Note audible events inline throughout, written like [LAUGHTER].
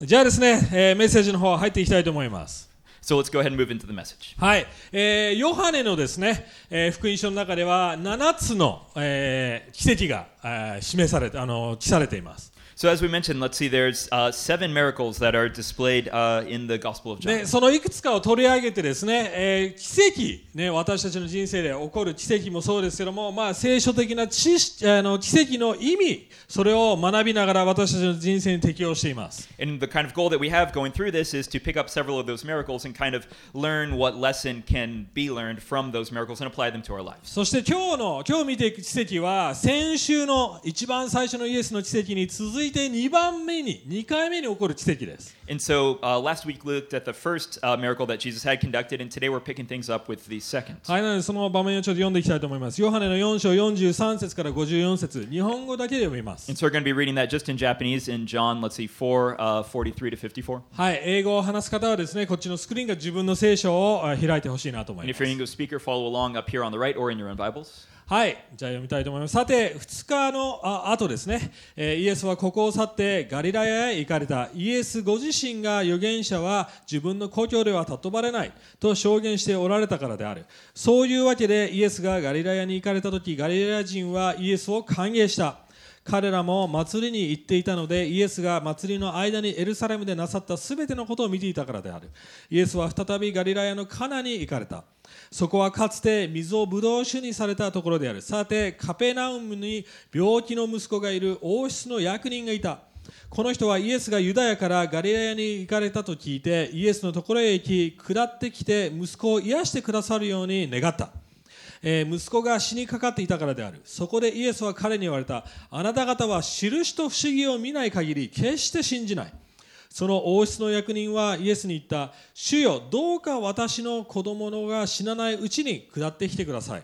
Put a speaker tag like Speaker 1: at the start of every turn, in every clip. Speaker 1: じゃあですね、えーメッセージの方入っていきたいと思います。
Speaker 2: So let's go ahead and move into the message.
Speaker 1: はい、えーヨハネのですね、えー福音書の中では7つの、えー奇跡が、えー示されてあの記されています。
Speaker 2: So as we mentioned, let's see, there's uh, seven miracles that are displayed uh, in the Gospel of John.
Speaker 1: でそのいくつかを取り上げてですね、えー奇跡、ね、私たちの人生で起こる奇跡もそうですけども、まあ、聖書的な知識あの奇跡の意味それを学びながら私たちの人生に適応しています、
Speaker 2: And the kind of goal that we have going through this is to pick up several of those miracles and kind of learn what lesson can be learned from those miracles and apply them to our lives.
Speaker 1: そして今日の今日見ていく奇跡は先週の一番最初のイエスの奇跡に続いて2番目に2回目に起こる奇跡です
Speaker 2: And so uh, last week we looked at the first uh, miracle that Jesus had conducted, and today we're picking things up with the second.
Speaker 1: はい、なのでその場面をちょっと読んでいきたいと思います。ヨハネの4章43節から54節、日本語だけで読みます。
Speaker 2: And so we're going to be reading that just in Japanese in John, let's see, 4, uh, 43 to 54.
Speaker 1: はい、英語を話す方はですね、こっちのスクリーンが自分の聖書をあ開いてほしいなと思いま
Speaker 2: And if you're an
Speaker 1: す。
Speaker 2: English speaker, follow along up here on the right or in your own Bibles.
Speaker 1: はい、じゃあ読みたいと思います。さて、2日のあ後ですね、えーイエスはここを去ってガリラヤへ行かれた。イエスご自身が預言者は自分の故郷では尊ばれないと証言しておられたからである。そういうわけでイエスがガリラヤに行かれた時、ガリラヤ人はイエスを歓迎した。彼らも祭りに行っていたのでイエスが祭りの間にエルサレムでなさったすべてのことを見ていたからであるイエスは再びガリラヤのカナに行かれたそこはかつて水をブドウ酒にされたところであるさてカペナウムに病気の息子がいる王室の役人がいたこの人はイエスがユダヤからガリラヤに行かれたと聞いてイエスのところへ行き下ってきて息子を癒してくださるように願ったえー息子が死にかかっていたからであるそこでイエスは彼に言われたあなた方は印と不思議を見ない限り決して信じないその王室の役人はイエスに言った主よどうか私の子供のが死なないうちに下ってきてください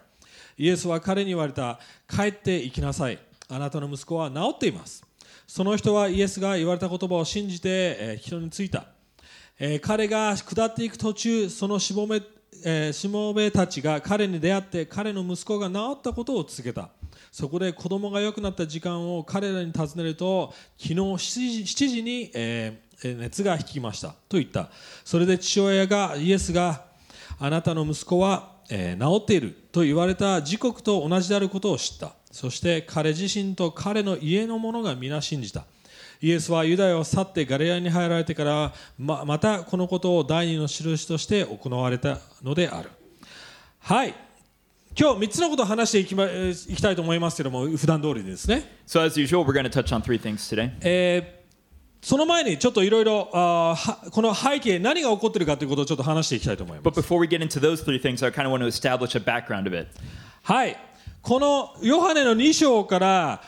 Speaker 1: イエスは彼に言われた帰って行きなさいあなたの息子は治っていますその人はイエスが言われた言葉を信じて、えー人についたえー彼が下っていく途中そのしもべ,、えーしもべたちが彼に出会って彼の息子が治ったことを告げたそこで子供が良くなった時間を彼らに尋ねると昨日7時 ,7 時に、えーえー熱が引きましたと言ったそれで父親がイエスがあなたの息子は、えー治っていると言われた時刻と同じであることを知ったそして彼自身と彼の家の者が皆信じたイエスはユダヤを去ってガリラヤに入られてからままたこのことを第二の印として行われたのであるはい今日3つのことを話していき,、ま、えーいきたいと思いますけども普段通りですね、
Speaker 2: So as usual, we're going to touch on three things today.
Speaker 1: えーその前にちょっといろいろあーはこの背景何が起こってるかということをちょっと話していきたいと思います
Speaker 2: But before we get into those three things, I kind of want to establish a background a bit.
Speaker 1: はい、このヨハネの2章から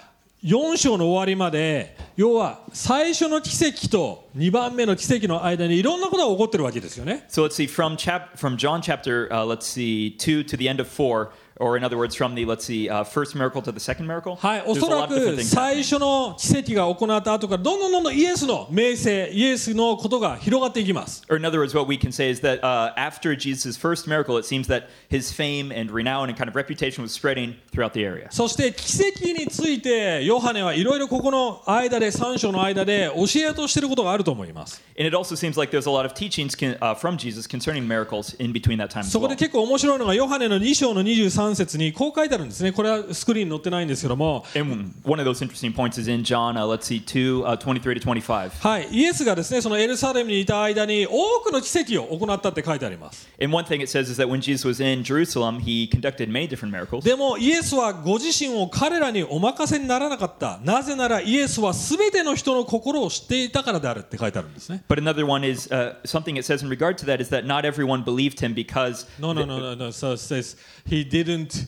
Speaker 1: 4章の終わりまで要は最初の奇跡と2番目の奇跡の間にいろんなことが起こってるわけですよね
Speaker 2: So let's see from chap from John chapter uh, let's see two to the end of four, or in other words, from the let's see uh, first miracle to the second miracle.
Speaker 1: はい、お
Speaker 2: there's
Speaker 1: そ
Speaker 2: a
Speaker 1: ら
Speaker 2: lot of different
Speaker 1: く
Speaker 2: things.
Speaker 1: 最
Speaker 2: happening.
Speaker 1: 初の奇跡が行った後からどんどんどんどんイエスの名声イエスのことが広がっていきます
Speaker 2: Or in other words, what we can say is that uh, after Jesus' first miracle, it seems that his fame and renown and kind of reputation was spreading throughout the area.
Speaker 1: そして奇跡についてヨハネはいろいろここの間で3章の間で教えようとしていることがあると思います
Speaker 2: And it also seems like there's a lot of teachings con- uh, from Jesus concerning miracles in between that time. As
Speaker 1: そこ
Speaker 2: well.
Speaker 1: で結構面白いのがヨハネの2章の23節にこう書いてあるんですねこれはスクリーンに載ってないんですけども
Speaker 2: And one of those interesting points is in John, uh, let's see, 2, uh, 23 to 25.
Speaker 1: はい、イエスがですねそのエルサレムにいた間に多くの奇跡を行ったって書いてあります
Speaker 2: And one thing it says is that when Jesus was in Jerusalem, he conducted many different miracles.
Speaker 1: でもイエスはご自身を彼らにお任せにならなかったなぜならイエスは全ての人の心を知っていたからであるって書いてあるんですね
Speaker 2: But another one is uh, something it says in regard to that is that not everyone believed him because
Speaker 1: No, no, no, no, no. So it says he didn't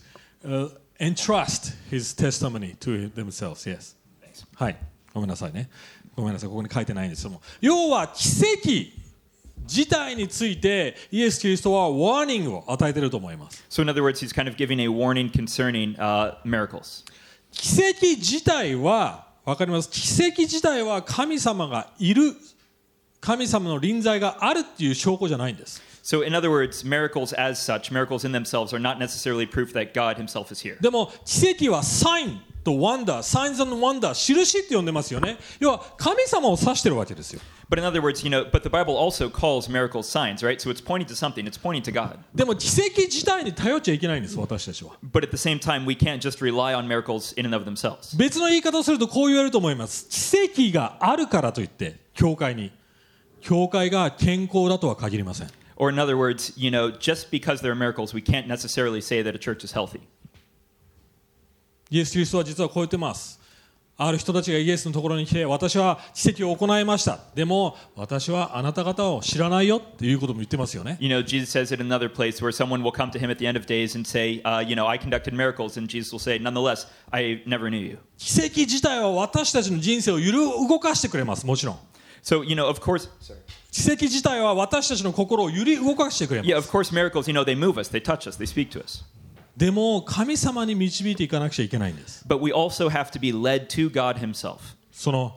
Speaker 1: uh, entrust his testimony to themselves. Yes. はい。ごめんなさいね。ごめんなさい。ここに書いてないんですけども。要は奇跡自体についてイエス・キリストはワーニングを与えていると思います。
Speaker 2: So, in other words, he's kind of giving a warning concerning uh, miracles.
Speaker 1: 奇跡自体は、わかります。奇跡自体は神様がいる。神様の臨在があるっていう証拠じゃないんです。
Speaker 2: So, in other words, miracles as such, miracles in themselves, are not necessarily proof that God himself is here.
Speaker 1: でも奇跡はサインと wonder、signs and wonder、印って呼んでますよね。要は神様を指してるわけですよ。
Speaker 2: But in other words, you know, but the Bible also calls miracles signs, right? So it's pointing to something, it's pointing to God.
Speaker 1: でも奇跡自体に頼っちゃいけないんです、私たちは。
Speaker 2: But at the same time, we can't just rely on miracles in and of themselves.
Speaker 1: 別の言い方をするとこう言えると思います。奇跡があるからといって、教会に。教会が健康だとは限りません。
Speaker 2: Or in other words, you know, just because there are miracles, we can't necessarily say that a church is healthy.
Speaker 1: イエス・キリストは実はこう言ってます。ある人たちがイエスのところに来て、私は奇跡を行いました。でも、私はあなた方を知らないよっていうことも言ってますよね。
Speaker 2: You know, Jesus says it in another place where someone will come to him at the end of days and say, uh, you know, I conducted miracles, and Jesus will say, nonetheless, I never knew you.
Speaker 1: 奇跡自体は私たちの人生を揺る動かしてくれます、もちろん。
Speaker 2: So, you know, of course,
Speaker 1: 奇跡自体は私たちの心を揺り動かしてくれます。
Speaker 2: yeah, of course, miracles, you know, they move us, they touch us, they speak to us.
Speaker 1: でも、神様に導いていかなくちゃいけないんです。
Speaker 2: But we also have to be led to God Himself,
Speaker 1: その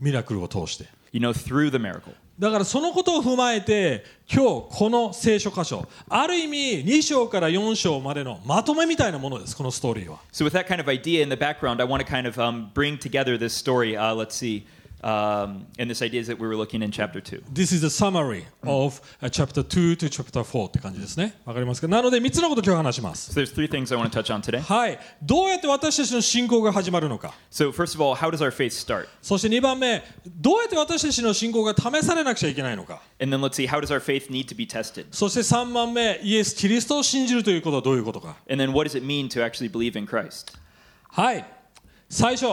Speaker 1: ミラクルを通して。
Speaker 2: you know, through the miracle.
Speaker 1: だからそのことを踏まえて今日この聖書箇所ある意味2章から4章までのまとめみたいなものですこのストーリーは
Speaker 2: So, with that kind of idea in the background, I want to kind of um, bring together this story. Uh, let's see. Um, and this idea is that we were looking in chapter 2.
Speaker 1: This is a summary of uh, chapter 2 to chapter 4って感じですねわかりますかなので3つのこと今日話します
Speaker 2: So, there's three things I want to touch on today.
Speaker 1: はいどうやって私たちの信仰が始まるのか
Speaker 2: So, first of all, how does our faith start?
Speaker 1: そして2番目どうやって私たちの信仰が試されなくちゃいけないのか
Speaker 2: And then let's see, how does our faith need to be tested?
Speaker 1: そして3番目イエス・キリストを信じるということはどういうことか
Speaker 2: And then what does it mean to actually believe in Christ?
Speaker 1: はい最初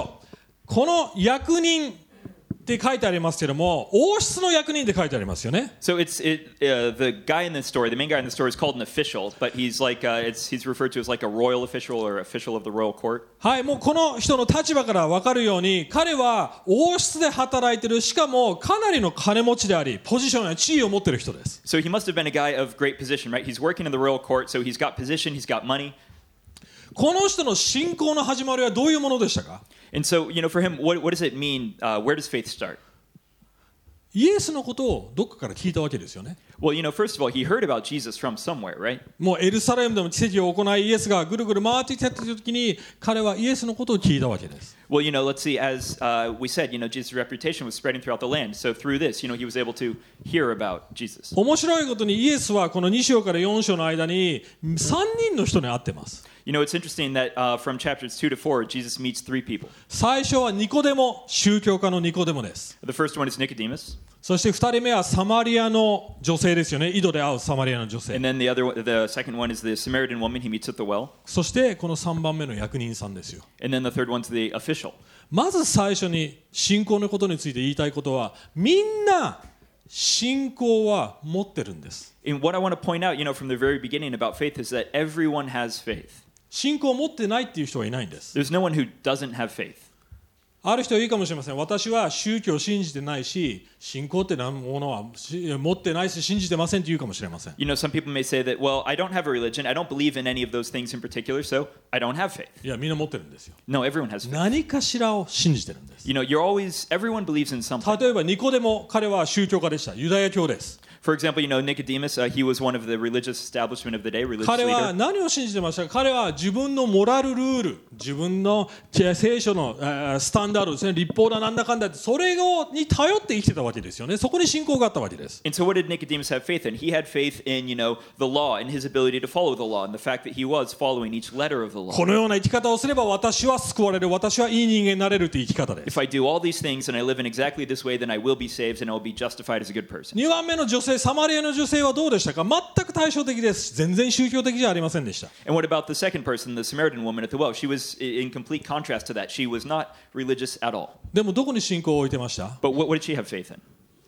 Speaker 1: この役人って書いてありますけども王室の役人って書いてありますよね
Speaker 2: So it's it, uh, the guy in this story, the main guy in the story is called an official, but he's like uh, it's he's referred to as like a royal official or official of the royal court.
Speaker 1: はいもうこの人の立場から分かるように彼は王室で働いてるしかもかなりの金持ちでありポジションや地位を持ってる人です
Speaker 2: So he must have been a guy of great position, right? He's working in the royal court, so he's got position, he's got money.
Speaker 1: この人の信仰の始まりはどういうものでしたか
Speaker 2: And so, you know, for him, what, what does it mean? Uh, where does faith start?
Speaker 1: イエスのことをどっかから聞いたわけですよね
Speaker 2: Well, you know, first of all, he heard about Jesus from somewhere, right?
Speaker 1: もうエルサレムでも奇跡を行いイエスがぐるぐる回ってきた時に彼はイエスのことを聞いたわけです
Speaker 2: Well, you know, let's see, as uh, we said, you know, Jesus' reputation was spreading throughout the land. So through this, you know, he was able to hear about Jesus.
Speaker 1: 面白いことにイエスはこの2章から4章の間に3人の人に会ってます。
Speaker 2: You know, it's interesting that uh, from chapters 2 to 4, Jesus meets three people.
Speaker 1: 最初はニコデモ、宗教家のニコデモです。
Speaker 2: The first one is Nicodemus,
Speaker 1: そして2人目はサマリアの女性ですよね。井戸で会うサマリアの女性。
Speaker 2: and then the other, one, the second one is the Samaritan woman he meets at the well,
Speaker 1: そしてこの3番目の役人さんですよ。
Speaker 2: and then the third one's the official.
Speaker 1: まず最初に信仰のことについて言いたいことは、みんな信仰は持ってるんです。
Speaker 2: And what I want to point out, you know, from the very beginning about faith is that everyone has faith.
Speaker 1: 信仰を持ってないっていう人はいないんです。
Speaker 2: There's no one who doesn't have faith.
Speaker 1: ある人は言うかもしれません。私は宗教を信じてないし、信仰ってなものはし持ってないし、信じてませんって言うかもしれません。
Speaker 2: You know, some people may say that, well, I don't have a religion. I don't believe in any of those things in particular, so I don't have faith.
Speaker 1: いや、みんな持ってるんですよ。
Speaker 2: No, everyone has faith.
Speaker 1: 何かしらを信じてるんです。
Speaker 2: You know, you're always, everyone believes in something.
Speaker 1: 例えば、ニコデモ、彼は宗教家でした。ユダヤ教です。
Speaker 2: For example, you know, Nicodemus, uh, he was one of the religious establishment of the day, religious
Speaker 1: 彼は
Speaker 2: leader.
Speaker 1: 何を信じてましたか彼は自分のモラルルール、自分のえ聖書のえースタンダードですね、立法だなんだかんだって、それをに頼って生きてたわけですよね。そこに信仰があったわけです。
Speaker 2: And so, what did Nicodemus have faith in? He had faith in, you know, the law and his ability to follow the law and the fact that he was following each letter of the law.
Speaker 1: このような生き方をすれば私は救われる、私はいい人間になれるという生き方です。
Speaker 2: If I do all these things and I live in exactly this way, then I will be saved and I will be justified as a good person.
Speaker 1: 2番目の女性、サマリアの女性はどうでしたか全く対照的です。全然宗教的じゃありませんでした。
Speaker 2: And what about the second person, the Samaritan woman at the well? She was i- in complete contrast to that. She was not religious at all.
Speaker 1: でもどこに信仰を置いてました
Speaker 2: But what, what did she have faith in?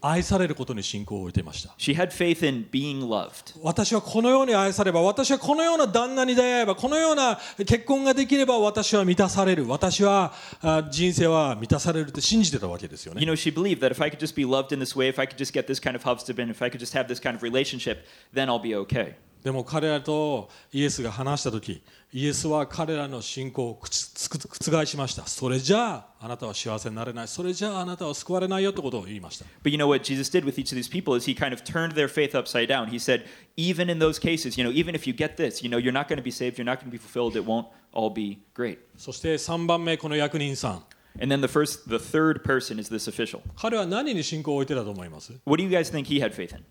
Speaker 1: 愛されることに信仰を置いてました。
Speaker 2: She had faith in being loved.
Speaker 1: 私はこのように愛されば、私はこのような旦那に出会えば、このような結婚ができれば私は満たされる、私はあ人生は満たされるって信じてたわけですよ
Speaker 2: You
Speaker 1: ね。
Speaker 2: know, she believed that if I could just be loved in this way, if I could just get this kind of husband, if I could just have this kind of relationship, then I'll be okay.
Speaker 1: でも彼らとイエスが話した時イエスは彼らの信仰を口つく覆しましたそれじゃああなたは幸せになれないそれじゃああなたは救われないよってことを言いました
Speaker 2: But you know what Jesus did with each of these people is he kind of turned their faith upside down. He said, even in those cases, you know, even if you get this, you know, you're not going to be saved, you're not going to be fulfilled, it won't all be great.
Speaker 1: そして3番目この役人さん
Speaker 2: And then the first, the third person is this official.
Speaker 1: 彼は何に信仰を置いてたと思います
Speaker 2: What do you guys think he had faith in?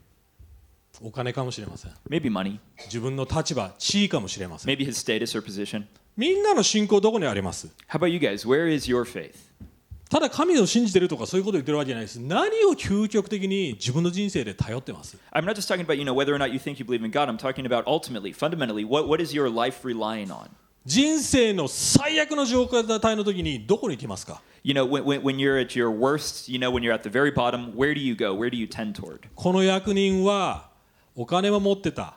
Speaker 1: お金かもしれません
Speaker 2: Maybe money,
Speaker 1: 自分の立場地位かもしれません
Speaker 2: maybe his status or position.
Speaker 1: みんなの信仰どこにあります
Speaker 2: How about you guys? Where is your faith?
Speaker 1: ただ神を信じてるとかそういうことを言ってるわけじゃないです何を究極的に自分の人生で頼ってます
Speaker 2: I'm not just talking about, you know, whether or not you think you believe in God. I'm talking about ultimately, fundamentally, what, what is your life relying on?
Speaker 1: 人生の最悪の状態の時にどこに行きますか
Speaker 2: You know, when, when, when you're at your worst, you know, when you're at the very bottom, where do you go? Where do you tend toward?
Speaker 1: この役人はお金は持ってた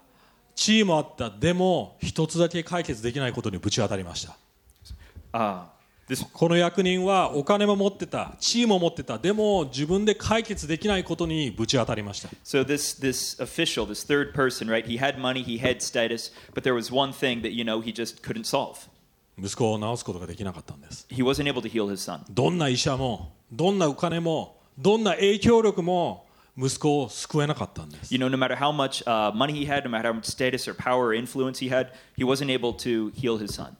Speaker 1: 地位もあったでも一つだけ解決できないことにぶち当たりました
Speaker 2: Ah, this,
Speaker 1: この役人はお金も持ってた地位も持ってたでも自分で解決できないことにぶち当たりました
Speaker 2: so this, this official, this third person, right? He had money, he had status, but there was one thing that, you know, he just couldn't solve.
Speaker 1: 息子を治すことができなかったんです
Speaker 2: He wasn't able to heal his son.
Speaker 1: どんな医者もどんなお金もどんな影響力も息子を救えなかったんです
Speaker 2: You know, no matter how much uh, money he had, no matter how much status or power or influence he had, he wasn't able to heal his son.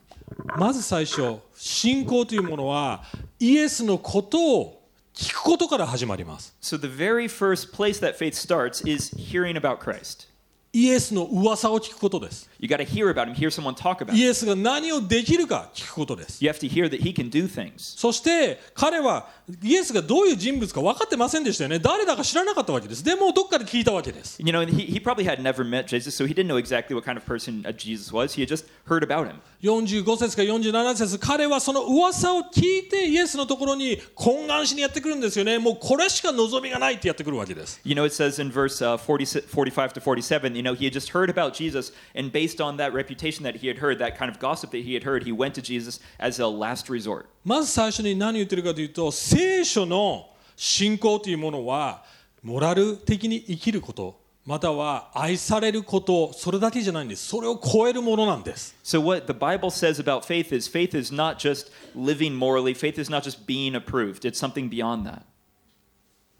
Speaker 1: まず最初信仰というものはイエスのことを聞くことから始まります
Speaker 2: So the very first place that faith starts is hearing about Christ.
Speaker 1: イエスの噂を聞くことです
Speaker 2: You got to hear about him, hear someone talk about
Speaker 1: イ
Speaker 2: him.
Speaker 1: エスが何をできるか聞くことです
Speaker 2: You have to hear that he can do things.
Speaker 1: そして彼はイエスがどういう人物か分かってませんでしたよね誰だか知らなかったわけですでもどっかで聞いたわけです
Speaker 2: You know, and he, he probably had never met Jesus, so he didn't know exactly what kind of person uh, Jesus was. He had just heard about him.
Speaker 1: 45節か47節彼はその噂を聞いてイエスのところに懇願しにやってくるんですよねもうこれしか望みがないってやってくるわけです
Speaker 2: You know, it says in verse uh, 40, 45 to 47, you know, he had just heard about Jesus, and based on that reputation that he had heard, that kind of gossip that he had heard, he went to Jesus as a last resort.
Speaker 1: まず最初に何言ってるかというと聖書の信仰というものはモラル的に生きることまたは愛されることそれだけじゃないんですそれを超えるものなんです
Speaker 2: So, what the Bible says about faith is faith is not just living morally, faith is not just being approved, it's something beyond that.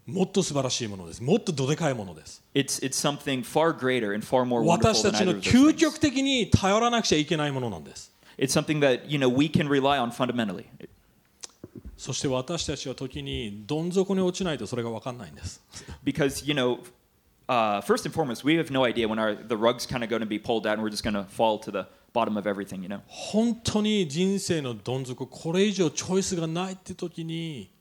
Speaker 1: もっと素晴らしいものですもっとどでかいものです
Speaker 2: It's, it's something far greater and far more
Speaker 1: 私た
Speaker 2: wonderful than
Speaker 1: ち
Speaker 2: either
Speaker 1: の
Speaker 2: of
Speaker 1: 究
Speaker 2: those things.
Speaker 1: 極的に頼らなくちゃいけないものなんです
Speaker 2: It's something that, you know, we can rely on fundamentally.
Speaker 1: そして私たちは時にどん底に落ちないとそれが分かんないんです
Speaker 2: Because, you know, uh, first and foremost, we have no idea when our, the rug's kind of going to be pulled out and we're just going to fall to the bottom of everything, you know?
Speaker 1: 本当に人生のどん底これ以上チョイスがないって時に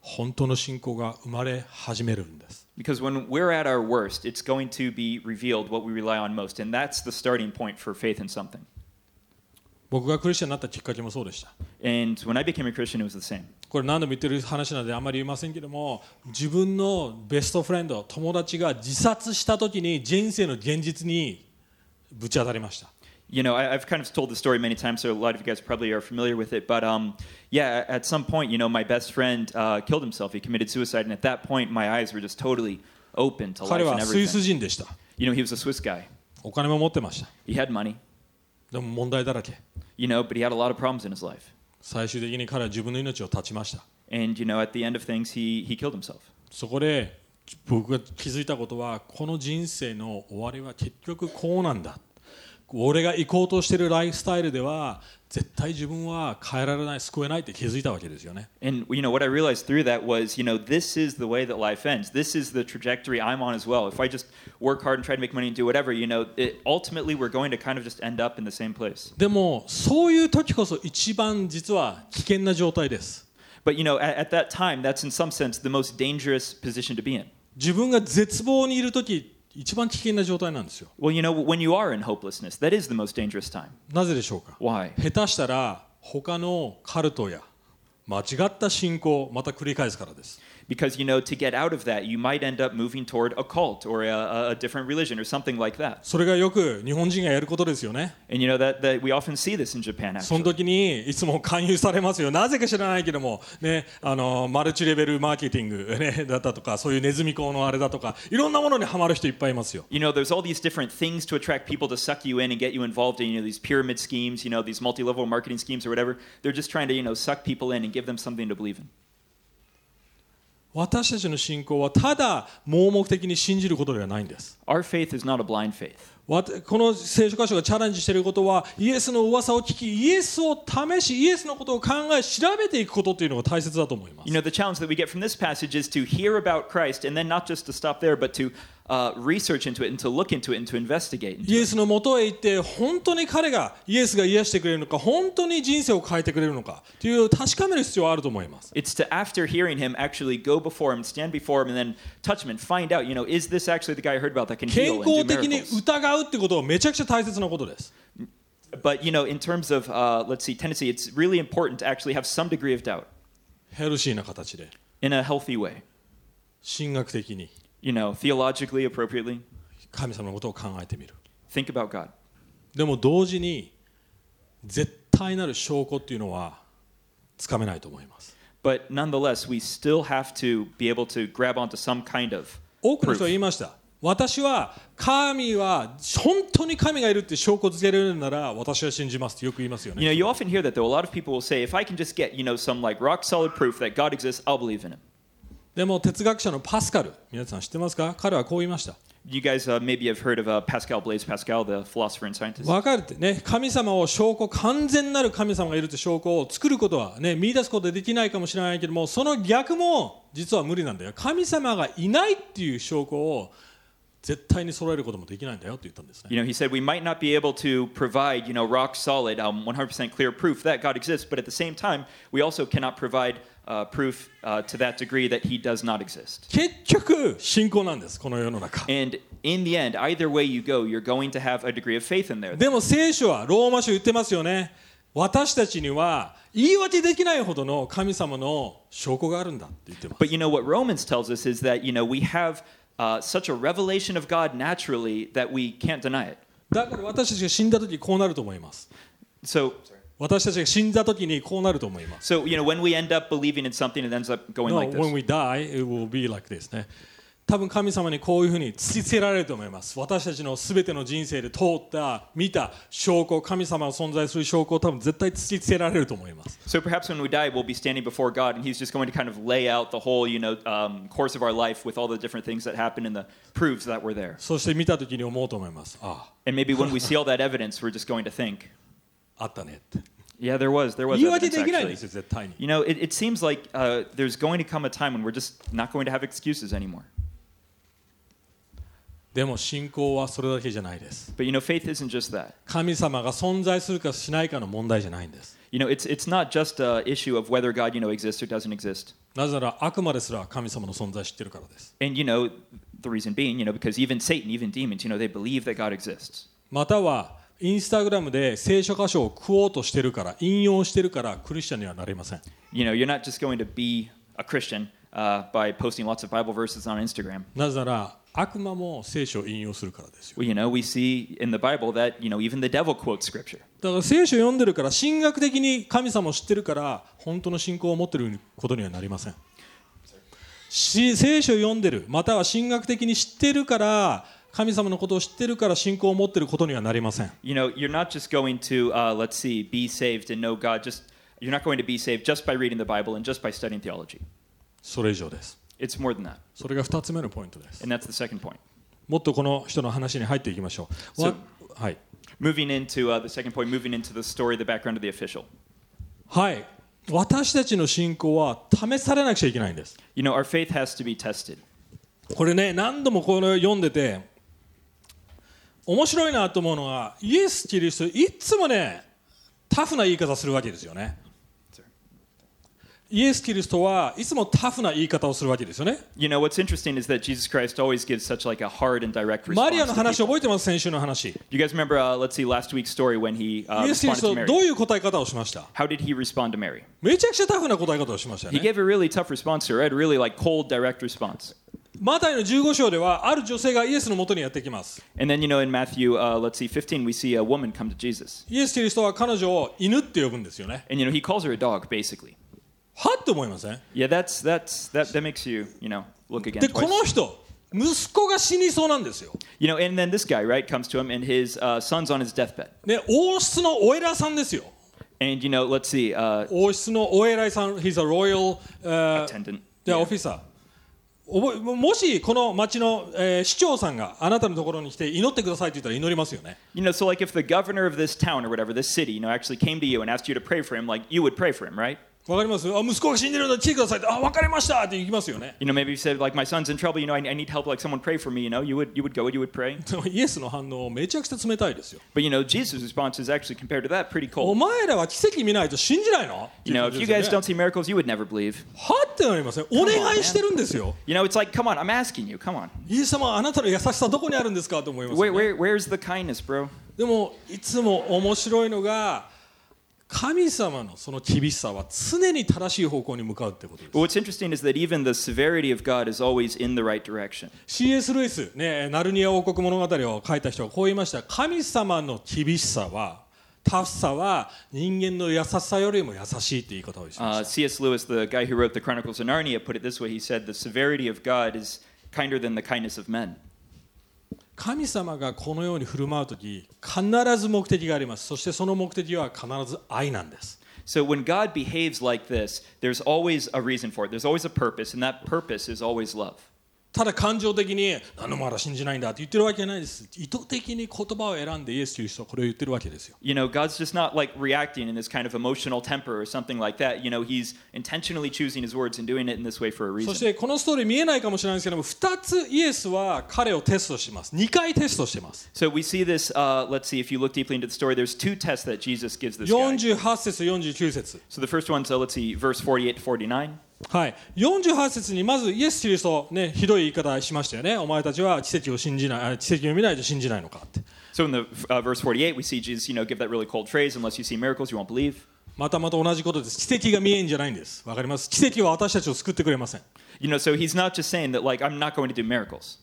Speaker 1: 本当の信仰が生まれ始めるんです
Speaker 2: Because when we're at our worst, it's going to be revealed what we rely on most. And that's the starting point for faith in something.
Speaker 1: 僕がクリスチャンになったきっかけもそうでした。
Speaker 2: And when I became a Christian, it was the same.
Speaker 1: これ何度も言ってる話なんであんまり言いませんけども自分のベストフレンド友達が自殺した時に人生の現実にぶち当たりました
Speaker 2: You know, I, I've kind of told the story many times, so a lot of you guys probably are familiar with it. But um, yeah, at some point, you know, my best friend uh, killed himself. He committed suicide, and at that point, my eyes were just totally open to life
Speaker 1: 彼は
Speaker 2: and
Speaker 1: スイ
Speaker 2: everything.
Speaker 1: ス人でした
Speaker 2: You know, he was a Swiss guy.
Speaker 1: お金も持ってました
Speaker 2: He had money,
Speaker 1: でも問題だらけ
Speaker 2: you know, but he had a lot of problems in his life.
Speaker 1: 最終的に彼は自分の命を絶ちました
Speaker 2: And you know, at the end of things, he he killed himself.
Speaker 1: そこで僕が気づいたことはこの人生の終わりは結局こうなんだ俺が行こうとしてるライフスタイルでは絶対自分は変えられない救えないって気づいたわけですよね
Speaker 2: And you know what I realized through that was, you know, this is the way that life ends. This is the trajectory I'm on as well. If I just work hard and try to make money and do whatever, you know, it, ultimately we're going to kind of just end up in the same place.
Speaker 1: でもそういう時こそ一番実は危険な状態です
Speaker 2: But you know, at, at that time, that's in some sense the most dangerous position to be in.
Speaker 1: 自分が絶望にいる時一番危険な状態なんですよ
Speaker 2: Well, you know, when you are in hopelessness, that is the most dangerous time.
Speaker 1: なぜでしょうか
Speaker 2: Why?
Speaker 1: 下手したら他のカルトや間違った信仰をまた繰り返すからです
Speaker 2: Because you know, to get out of that, you might end up moving toward a cult or a- a, a different religion or something like that.
Speaker 1: それがよく日本人がやることですよね
Speaker 2: And you know that, that we often see this in Japan.
Speaker 1: その
Speaker 2: Actually,
Speaker 1: 時にいつも勧誘されますよなぜか知らないけども、ね、あのマルチレベルマーケティング、ね、だったとかそういうネズミ講のあれだとかいろんなものにはまる人いっぱいいますよ
Speaker 2: you know, there's all these different things to attract people to suck you in and get you involved in. You know, these pyramid schemes, you know, these multi-level marketing schemes or whatever. They're just trying to you know suck people in and give them something to believe in.
Speaker 1: 私たちの信仰はただ盲目的に信じることではないんです
Speaker 2: Our faith is not a blind faith.
Speaker 1: わたこの聖書箇所がチャレンジしていることはイエスの噂を聞きイエスを試しイエスのことを考え調べていくことというのが大切だと思います
Speaker 2: You know, the challenge that we get from this passage is to hear about Christ and then not just to stop there, but to uh, research into it and to look into it and to investigate.
Speaker 1: イエスのもとへ行って本当に彼がイエスが癒してくれるのか本当に人生を変えてくれるのかという確かめる必要はあると思います
Speaker 2: It's to, after hearing him, actually go before him, stand before him, and then touch him and find out, you know, is this actually the guy I heard about that can
Speaker 1: 健
Speaker 2: heal
Speaker 1: 康
Speaker 2: and do
Speaker 1: 的に
Speaker 2: miracles?
Speaker 1: 疑うってことはめちゃくちゃ大切なことです
Speaker 2: But, you know, in terms of, uh, let's see, tendency, it's really important to actually have some degree of doubt
Speaker 1: ヘルシーな形で
Speaker 2: in a healthy way,
Speaker 1: 神学的に
Speaker 2: you know, theologically appropriately.
Speaker 1: 神様のことを考えてみる
Speaker 2: Think about God.
Speaker 1: でも同時に絶対なる証拠っていうのはつかめないと思います
Speaker 2: But nonetheless, we still have to be able to grab onto some kind of
Speaker 1: 多くの人は言いました私は神は本当に神がいるって証拠づけられるなら私は信じますってよく言いますよね
Speaker 2: You know, you often hear that though. A lot of people will say, if I can just get, you know, some like rock solid proof that God exists, I'll believe in him.
Speaker 1: でも哲学者のパスカル皆さん知ってますか彼はこう言いました
Speaker 2: You guys uh, maybe have heard of uh, Pascal Blaise Pascal, the philosopher and scientist.
Speaker 1: 分かるってね神様を証拠完全なる神様がいるって証拠を作ることはね見出すことはできないかもしれないけどもその逆も実は無理なんだよ神様がいないっていう証拠を絶対に揃えることもできないんだよって言ったんですね
Speaker 2: You know, he said we might not be able to provide, you know, rock solid, um, 100% clear proof that God exists, but at the same time, we also cannot provide uh, proof uh, to that degree that he does not exist.
Speaker 1: 結局信仰なんですこの世の中
Speaker 2: And in the end, either way you go, you're going to have a degree of faith in there.
Speaker 1: でも聖書はローマ書言ってますよね私たちには言い訳できないほどの神様の証拠があるんだって言ってます
Speaker 2: But you know what Romans tells us is that, you know, we have uh, such a revelation of God naturally that we can't deny it.
Speaker 1: だから私たちが死んだ時こうなると思います
Speaker 2: So,
Speaker 1: 私たちが死んだ時にこうなると思います
Speaker 2: so you know, when we end up believing in something, it ends up going
Speaker 1: No,
Speaker 2: like this.
Speaker 1: when we die, it will be like this ね。多分神様にこういうふうに突きつけられると思います。私たちのすべての人生で通った、見た証拠、神様の存在する証拠を多分絶対突きつけられると思います。
Speaker 2: So perhaps when we die, we'll be standing before God, and He's just going to kind of lay out the whole, you know, um, course of our life with all the different things that happen and the proofs that were there.
Speaker 1: そして見た時に思うと思います。あ
Speaker 2: And maybe when we see all that evidence, we're just going to think,
Speaker 1: あ、あったねって。
Speaker 2: yeah, there was, there was.
Speaker 1: 言い訳
Speaker 2: Evidence,
Speaker 1: できないんですよ、
Speaker 2: actually.
Speaker 1: 絶対に。
Speaker 2: You know, it, it seems like uh, there's going to come a time when we're just not going to have excuses anymore.
Speaker 1: でも信仰はそれだけじゃないです。
Speaker 2: But you know, faith isn't just that.
Speaker 1: 神様が存在するかしないかの問題じゃないんです。
Speaker 2: You know, it's it's not just a issue of whether God, you know, exists or doesn't exist.
Speaker 1: なぜなら悪魔ですら神様の存在知ってるからです。
Speaker 2: And you know, the reason being, you know, because even Satan, even demons, you know, they believe that God exists.
Speaker 1: またはインスタグラムで聖書箇所を食おうとしてるから引用してるからクリスチャンにはなれません
Speaker 2: You know, you're not just going to be a Christian uh, by posting lots of Bible verses on Instagram.
Speaker 1: なぜなら悪魔も聖書を引用するからですよ
Speaker 2: Well, you know, we see in the Bible that, you know, even the devil quotes scripture.
Speaker 1: だから聖書を読んでるから神学的に神様を知ってるから本当の信仰を持ってることにはなりませんし聖書を読んでるまたは神学的に知ってるから神様のことを知ってるから信仰を持ってることにはなりません
Speaker 2: You know, you're not just going to, uh, let's see, be saved and know God. Just You're not going to be saved just by reading the Bible and just by studying theology.
Speaker 1: それ以上です
Speaker 2: It's more than that.
Speaker 1: それが2つ目のポイントです
Speaker 2: And that's the second point.
Speaker 1: もっとこの人の話に入っていきましょう、
Speaker 2: そう
Speaker 1: わはい
Speaker 2: Moving into uh, the second point, moving into the story, the background of the official.
Speaker 1: はい私たちの信仰は試されなくちゃいけないんです
Speaker 2: You know, our faith has to be tested.
Speaker 1: これね何度もこれ読んでて面白いなと思うのはイエス・キリストいつもねタフな言い方するわけですよねイエス・キリストはいつもタフな言い方をするわけですよね
Speaker 2: You know, what's interesting is that Jesus Christ always gives such like a hard and direct response.
Speaker 1: マリアの
Speaker 2: to people.
Speaker 1: 話覚えてます先週の話イ
Speaker 2: Do you guys remember, uh, let's see, last week's story when he uh,
Speaker 1: エス・キリ
Speaker 2: responded
Speaker 1: ス
Speaker 2: to
Speaker 1: トどう
Speaker 2: Mary?
Speaker 1: いう答え方をしました
Speaker 2: How did he respond to Mary?
Speaker 1: めちゃくちゃタフな答え方をしましたよ
Speaker 2: He
Speaker 1: ね
Speaker 2: gave a really tough response to her, right? a really like cold, direct response.
Speaker 1: マタイの15章ではある女性がイエスのもとにやってきます
Speaker 2: And then, you know, in Matthew, uh, let's see, 15, we see a woman come to Jesus.
Speaker 1: イエス・キリストは彼女を犬って呼ぶんですよね
Speaker 2: And, you know, he calls her a dog, basically.
Speaker 1: はって思いません
Speaker 2: Yeah, that's, that's, that, that makes you, you know, look again.
Speaker 1: でこ
Speaker 2: twice.
Speaker 1: の人息子が死にそうなんですよ、
Speaker 2: You know, and then this guy, right, comes to him and his uh, son's on his deathbed.
Speaker 1: ね、王室のお偉いさんですよ
Speaker 2: And, you know, let's see, uh,
Speaker 1: 王室のお偉いさん he's a royal、uh,
Speaker 2: attendant.
Speaker 1: the officer おぼももしこの町の、えー市長さんがあなたのところに来て祈ってくださいと言ったら祈りますよね
Speaker 2: You know, so like if the governor of this town or whatever, this city, you know, actually came to you and asked you to pray for him, like you would pray for him, right?
Speaker 1: わかりますあ息子が死んでるんだ来てくださいってあ分かりましたって言いますよね
Speaker 2: You know, maybe you said like my son's in trouble, you know, I, I need help, like someone pray for me, you know, you would you would go and you would pray.
Speaker 1: でもイエスの反応めちゃくちゃ冷たいですよ
Speaker 2: But you know, Jesus' response is actually compared to that pretty
Speaker 1: お
Speaker 2: cold.
Speaker 1: 前らは奇跡見ないと信じないの
Speaker 2: You know, if you guys
Speaker 1: っていう感
Speaker 2: don't see miracles, you would never believe.
Speaker 1: じですよねはってなりますねお願いしてるんですよ
Speaker 2: You know, it's like, come on, I'm asking you, come on.
Speaker 1: イエス様あなたの優しさどこにあるんですかと思いますよね
Speaker 2: Where, where where's the kindness, bro?
Speaker 1: でもいつも面白いのが神様のその厳しさは常に正しい方向に向かうってことです
Speaker 2: But what's interesting is that even the severity of God is always in the right direction.
Speaker 1: C.S. ルイス、ね、ナルニア王国物語を書いた人はこう言いました神様の厳しさはタフさは人間の優しさよりも優しいって言い方をしました、
Speaker 2: Uh, C.S. Lewis, the guy who wrote the Chronicles of Narnia, put it this way. He said, "The severity of God is kinder than the kindness of men."
Speaker 1: 神様がこのように振る舞う時必ず目的がありますそしてその目的は必ず愛なんです
Speaker 2: So when God behaves like this, there's always a reason for it. There's always a purpose, and that purpose is always love.
Speaker 1: ただ感情的に何のまだ信じないんだって言ってるわけじゃないです意図的に言葉を選んでイエスという人はこれを言ってるわけですよ
Speaker 2: You know, God's just not like reacting in this kind of emotional temper or something like that. You know, He's intentionally choosing His words and doing it in this way for a
Speaker 1: そし
Speaker 2: reason.
Speaker 1: てこのストーリー見えないかもしれないですけども2つイエスは彼をテストします2回テストしてます
Speaker 2: So we see this. Uh, let's see if you look deeply into the story. There's two tests that Jesus gives this guy.
Speaker 1: 48節と49節
Speaker 2: So the first one's uh, let's see, verse 48 to 49.
Speaker 1: はい48節にまずイエス・キリストねひどい言い方しましたよねお前たちは奇跡を信じないあ奇跡を見ないと信じないのかって
Speaker 2: So in the uh, verse 48, we see Jesus, you know, give that really cold phrase, "Unless you see miracles, you won't believe."
Speaker 1: またまた同じことです奇跡が見えんじゃないんですわかります奇跡は私たちを救ってくれません
Speaker 2: You know, so he's not just saying that, like, I'm not going to do miracles.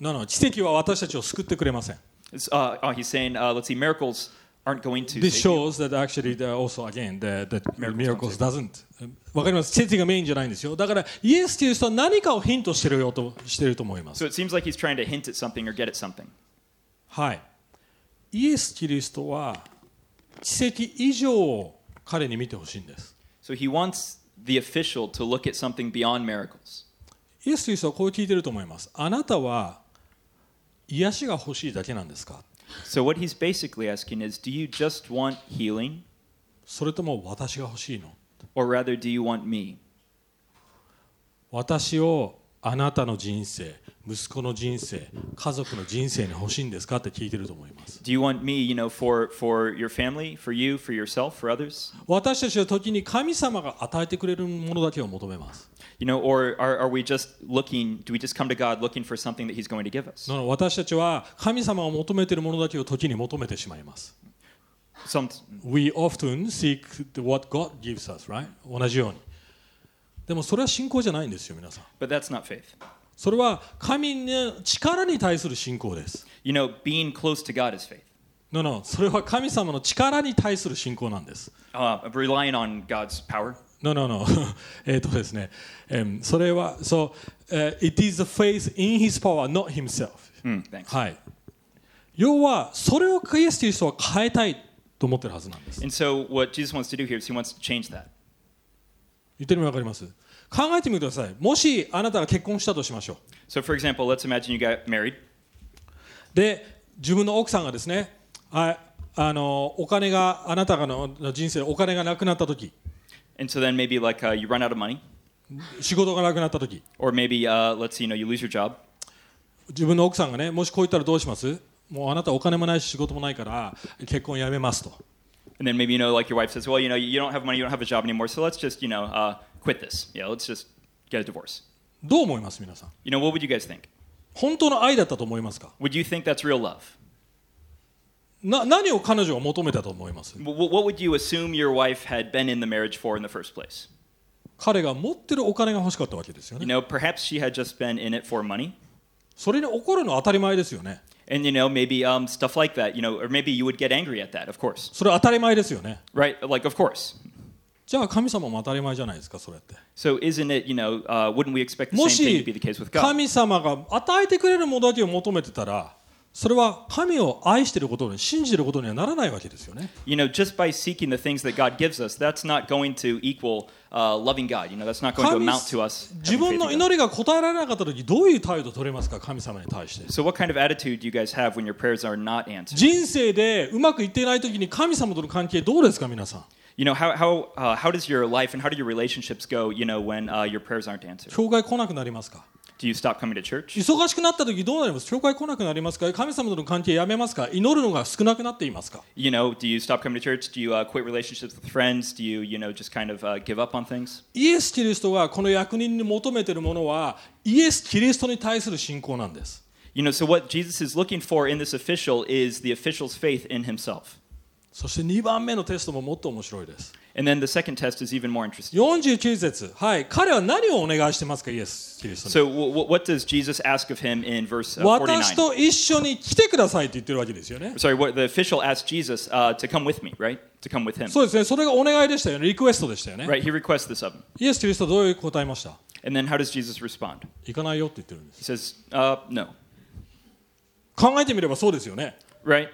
Speaker 1: なの奇跡は私たちを救ってくれません
Speaker 2: It's, uh, oh, he's saying, uh, let's see, miracles aren't going to.
Speaker 1: This
Speaker 2: save you.
Speaker 1: shows that actually the, also again the, the
Speaker 2: Miracles
Speaker 1: miracles doesn't わかります奇跡がメインじゃないんですよだからイエスという人は何かをヒントしてるよとしてると思います
Speaker 2: So it seems like he's trying to hint at something or get at something.
Speaker 1: はいイエス・キリストは奇跡以上を彼に見てほしいんです
Speaker 2: So he wants the official to look at something beyond miracles.
Speaker 1: イエス・キリストはこう聞いてると思いますあなたは癒しが欲しいだけなんですか
Speaker 2: So what he's basically asking is, do you just want healing,
Speaker 1: それとも私が欲しいの
Speaker 2: or rather, do you want me?
Speaker 1: 私をあなたの人生息子の人生家族の人生に欲しいんですかって聞いてると思います
Speaker 2: Do you want me, you know, for for your family, for you, for yourself, for others?
Speaker 1: 私たちは時に神様が与えてくれるものだけを求めます。
Speaker 2: You know, or are, are we just looking? Do we just come to God looking for something that He's going to give us?
Speaker 1: その私たちは神様を求めているものだけを時に求めてしまいます。
Speaker 2: Some,
Speaker 1: We often seek what God gives us, right? 同じように。でもそれは信仰じゃないんですよ、皆さん。
Speaker 2: but that's not faith.
Speaker 1: それは神の力に対する信仰です。
Speaker 2: You know, being close to God is faith.
Speaker 1: No, no, それは神様の力に対する信仰なんです。
Speaker 2: Uh, relying on God's power.
Speaker 1: No, no, [LAUGHS] no. えっとですね、えーそれは、そう、えー it is the faith in his power, not himself.
Speaker 2: Mm, thanks.
Speaker 1: はい、要はそれをイエスという人は変えたいと思ってるはずなんです。
Speaker 2: And so, what Jesus wants to do here is He wants to change that.
Speaker 1: 言ってる意味わかります考えてみてください。もしあなたが結婚したとしましょう。
Speaker 2: So, for example, let's imagine you got married.
Speaker 1: で、自分の奥さんがですね、ああのお金があなたがの人生でお金がなくなった時
Speaker 2: And so then maybe like uh, you run out of money,
Speaker 1: 仕事がなくなった時
Speaker 2: or maybe uh, let's see, you know, you lose your job.
Speaker 1: 自分の奥さんがね、もしこう言ったらどうしますもうあなたお金もないし仕事もないから結婚やめますと。
Speaker 2: And then maybe, you know, like your wife says, well, you know, you don't have money, you don't have a job anymore, so let's just, you know, uh, quit this. Yeah, let's just get a divorce.
Speaker 1: どう思います皆さん。
Speaker 2: You know, what would you guys think?
Speaker 1: 本当の愛だったと思いますか
Speaker 2: Would you think that's real love?
Speaker 1: な何を彼女は求めたと思います
Speaker 2: Wh- wh- What would you assume your wife had been in the marriage for in the first place?
Speaker 1: 彼が持ってるお金が欲しかったわけですよね
Speaker 2: You。know, perhaps she had just been in it for money.
Speaker 1: それに怒るのは当たり前ですよね。
Speaker 2: And, you know, maybe um, stuff like that, you know, or maybe you would get angry at that, of course.
Speaker 1: それは当たり前ですよね。
Speaker 2: Right? Like, of course.
Speaker 1: じゃあ神様も当たり前じゃないですか、それって。
Speaker 2: So isn't it, you know, uh, wouldn't we expect the
Speaker 1: も
Speaker 2: same
Speaker 1: し
Speaker 2: thing to be the case with God?
Speaker 1: 神様が与えてくれるものだけを求めてたら、それは神を愛していることに信じていることにはならないわけですよね。
Speaker 2: You know, just by seeking the things that God gives us, that's not going to equal uh, loving God. You know, that's not going to
Speaker 1: 神
Speaker 2: amount to us.
Speaker 1: 自
Speaker 2: having
Speaker 1: 分
Speaker 2: faith
Speaker 1: の
Speaker 2: in God.
Speaker 1: 祈りが答えられなかった時どういう態度を取れますか神様に対して
Speaker 2: So, what kind of attitude do you guys have when your prayers are not answered?
Speaker 1: 人生でうまくいっていない時に神様との関係どうですか皆さん
Speaker 2: You know, how, how, uh, how does your life and how do your relationships go, you know, when uh, your prayers aren't answered?
Speaker 1: 教会来なくなりますか
Speaker 2: Do you stop coming to church?
Speaker 1: 忙しくなった時どうなります教会来なくなりますか神様との関係やめますか祈るのが少なくなっていますか
Speaker 2: You know, do you stop coming to church? Do you uh, quit relationships with friends? Do you, you know, just kind of uh, give up on things?
Speaker 1: イエス・キリストがこの役人に求めているものはイエス・キリストに対する信仰なんです
Speaker 2: You know, so what Jesus is looking for in this official is the official's faith in himself.
Speaker 1: そして2番目のテストももっと面白いです
Speaker 2: And then the second test is even more interesting.
Speaker 1: 49節はい彼は何をお願いしてますかイエス・キリストに
Speaker 2: So, w- w- what does Jesus ask of him in verse uh,
Speaker 1: 私
Speaker 2: 49?
Speaker 1: と一緒に来てくださいって言ってるわけですよね。
Speaker 2: Sorry, what the official asked Jesus uh, to come with me, right? To come with him.
Speaker 1: そうですね、それがお願いでしたよね、リクエストでしたよね。
Speaker 2: Right? He requests this of him.
Speaker 1: イエス・キリストはどういう答えました
Speaker 2: And then how does Jesus respond?
Speaker 1: 行かないよって言ってるんです。
Speaker 2: He says, uh, no.
Speaker 1: 考えてみればそうですよね。
Speaker 2: Right?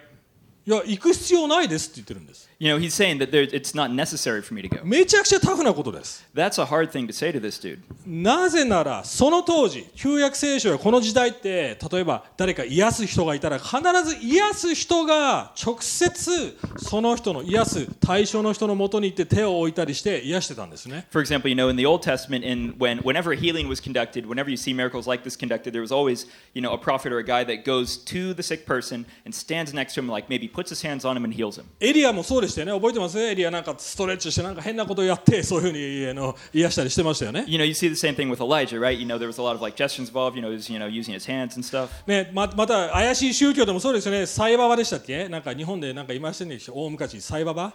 Speaker 1: いや、行く必要ないですって言ってるんです。
Speaker 2: You know, he's saying that there, it's not necessary for me to go.
Speaker 1: めちゃくちゃタフなことです。
Speaker 2: That's a hard thing to say to this dude.
Speaker 1: なぜなら、その当時、旧約聖書やこの時代って、例えば誰か癒す人がいたら、必ず癒す人が直接その人の癒す対象の人のもとに行って手を置いたりして癒してたんですね。
Speaker 2: For example, you know, in the Old Testament, in when whenever healing was conducted, whenever you see miracles like this conducted, there was always, you know, a prophet or a guy that goes to the sick person and stands next to him, like maybe puts his hands on him and heals him.
Speaker 1: エリアもそうでしたよね、覚えてますエリアなんかストレッチして、なんか変なことやって、そういうふうにあの癒したりしてましたよね。
Speaker 2: You know, you see the same thing with Elijah, right? You know, there was a lot of like gestures involved. You know, he was, you know, using his hands and stuff.
Speaker 1: ね、ままた怪しい宗教でもそうですよね、サイババでしたっけなんか日本でなんかいましたね、大昔、サイババ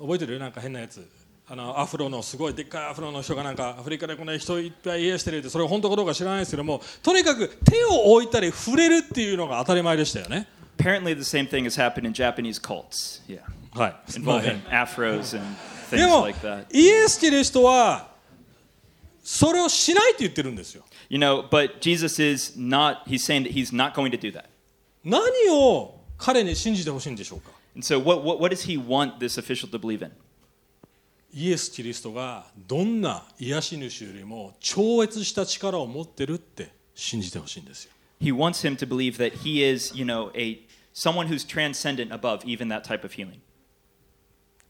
Speaker 1: 覚えてるなんか変なやつ。あのアフロのすごいでっかいアフロの人がなんかアフリカでこの人いっぱい癒してるってそれ本当かどうか知らないですけどもとにかく手を置いたり触れるっていうのが当たり前でしたよね
Speaker 2: Apparently, the same thing has happened in Japanese cults. Yeah,
Speaker 1: はいまあ [LAUGHS]
Speaker 2: involving afros and
Speaker 1: で
Speaker 2: things
Speaker 1: も
Speaker 2: like that.
Speaker 1: イエス・キリストはそれをしないって言ってるんですよ
Speaker 2: You know, but Jesus is not. He's saying that he's not going to do that.
Speaker 1: 何を彼に信じてほしいんでしょうか
Speaker 2: And so, what, what what does he want this official to believe in?
Speaker 1: イエス・キリストがどんな癒し主よりも超越した力を持ってるって信じてほしいんですよ
Speaker 2: He wants him to believe that he is, you know, a someone who's transcendent above even that type of healing.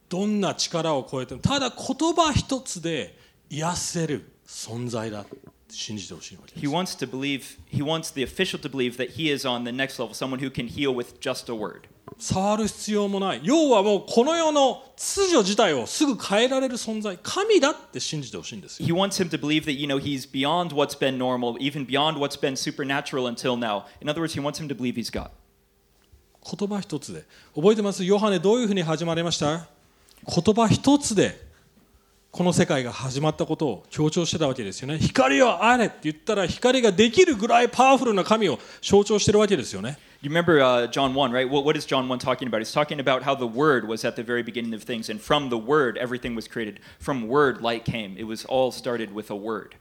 Speaker 1: どんな力を超えてもただ言葉一つで癒せる存在だって信じてほしいわけ
Speaker 2: He wants to believe. He wants the official to believe that he is on the next level, someone who can heal with just a word.
Speaker 1: 触る必要もない要はもうこの世の秩序自体をすぐ変えられる存在神だって信じてほしいんですよ
Speaker 2: He wants him to believe that, you know, he's beyond what's been normal, even beyond what's been supernatural until now. In other words, he wants him to believe he's God.
Speaker 1: 言葉一つで覚えてますヨハネどういうふうに始まりました言葉一つでこの世界が始まったことを強調してたわけですよね光よあれって言ったら光ができるぐらいパワフルな神を象徴してるわけですよね
Speaker 2: You remember uh, John 1, right? What, what is John 1 talking about? He's talking about how the Word was at the very beginning of things, and from the Word, everything was created. From Word, light came. It was all started with a Word.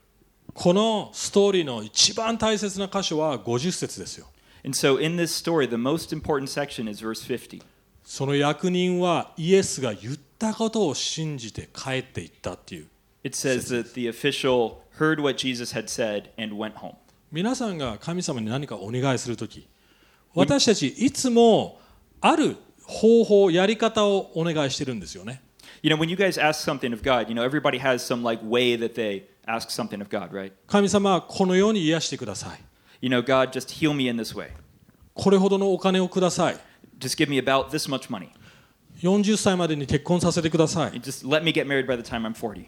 Speaker 1: このストーリーの一番大切な箇所は50節ですよ
Speaker 2: And so in this story, the most important section is verse 50.
Speaker 1: その役人はイエスが言ったことを信じて帰っていったっていう
Speaker 2: It says that the official heard what Jesus had said and went home.
Speaker 1: 皆さんが神様に何かお願いするとき私たちいつもある方法やり方をお願いしてるんですよね
Speaker 2: You know, when you guys ask something of God, you know, everybody has some like way that they ask something of God, right?
Speaker 1: 神様はこのように癒してください
Speaker 2: You know, God, just heal me in this way.
Speaker 1: これほどのお金をください
Speaker 2: Just give me about this much money.
Speaker 1: 40歳までに結婚させてください
Speaker 2: Just let me get married by the time I'm 40.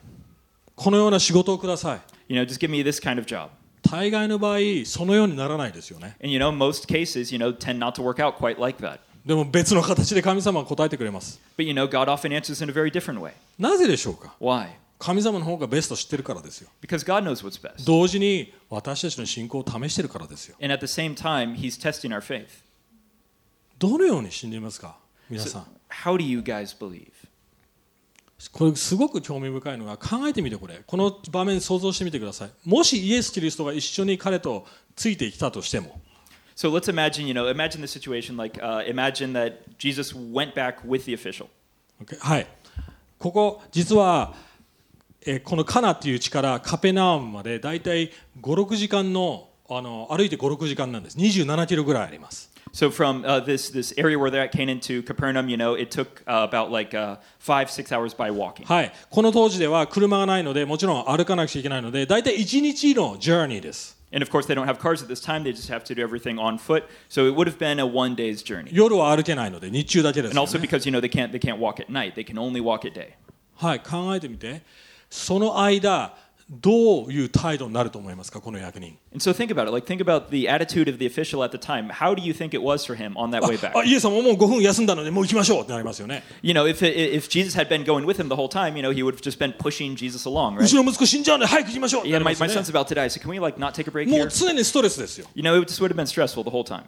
Speaker 1: このような仕事をください
Speaker 2: You know, just give me this kind of job.
Speaker 1: 大概の場合そのようにならないですよね
Speaker 2: And you know, most cases, you know, tend not to work out quite like that.
Speaker 1: でも別の形で神様は答えてくれます
Speaker 2: But you know, God often answers in a very different way.
Speaker 1: なぜでしょうか
Speaker 2: Why?
Speaker 1: 神様の方がベスト知ってるからですよ
Speaker 2: Because God knows what's best.
Speaker 1: 同時に私たちの信仰を試してるからですよ
Speaker 2: And at the same time, He's testing our faith.
Speaker 1: どのように信じますか皆さ
Speaker 2: So,
Speaker 1: ん
Speaker 2: how do you guys believe?
Speaker 1: これすごく興味深いのが考えてみてこれこの場面想像してみてくださいもしイエス・キリストが一緒に彼とついてきたとしても
Speaker 2: So let's imagine, you know, imagine the situation like uh, imagine that Jesus went back with the official.
Speaker 1: OK はい、ここ実は、えーこのカナっていう地からカペナウムまでだいたい56時間のあの歩いて56時間なんです27キロぐらいあります
Speaker 2: So from uh, this this area where they're at Canaan to Capernaum, you know, it took uh, about like uh, five six hours by walking.
Speaker 1: はいこの当時では車がないのでもちろん歩かなくちゃいけないのでだいたい1日のジャーニーです
Speaker 2: And of course, they don't have cars at this time; they just have to do everything on foot. So it would have been a one day's journey.
Speaker 1: 夜は歩けないので日中だけです
Speaker 2: And
Speaker 1: よ
Speaker 2: also
Speaker 1: ね、
Speaker 2: because you know they can't they can't walk at night; they can only walk at day.
Speaker 1: はい考えてみてその間どういう態度になると思いますかこの役人
Speaker 2: And so think about it. Like think about the attitude of the official at the time. How do you think it was for him on that
Speaker 1: [LAUGHS]
Speaker 2: way back?
Speaker 1: あイエス様もう5分休んだのでもう行きましょうってなりますよね
Speaker 2: You know, if if Jesus had been going with him the whole time, you know, he would have just been pushing Jesus along, right?
Speaker 1: うちの息子死んじゃうんで早く行きましょうって
Speaker 2: Yeah,
Speaker 1: なり
Speaker 2: my,
Speaker 1: ま
Speaker 2: my
Speaker 1: すよ
Speaker 2: son's about to die, so can we like not take a break
Speaker 1: ねもう
Speaker 2: here?
Speaker 1: 常にストレスですよ
Speaker 2: You know, it just would have been stressful the whole time.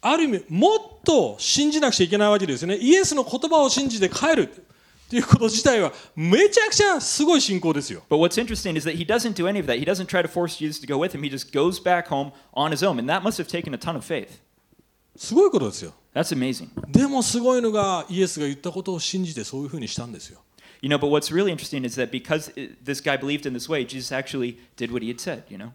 Speaker 1: ある意味もっと信じなくちゃいけないわけですよねイエスの言葉を信じて帰るっていうこと自体はめちゃくちゃすごい信仰ですよ
Speaker 2: But what's interesting is that he doesn't do any of that. He doesn't try to force Jesus to go with him. He just goes back home on his own. And that must have taken a ton of faith.
Speaker 1: すごいことですよ
Speaker 2: That's amazing.
Speaker 1: でもすごいのがイエスが言ったことを信じてそういうふうにしたんですよ
Speaker 2: You know, but what's really interesting is that because uh, this guy believed in this way, Jesus actually did what he had said, you know?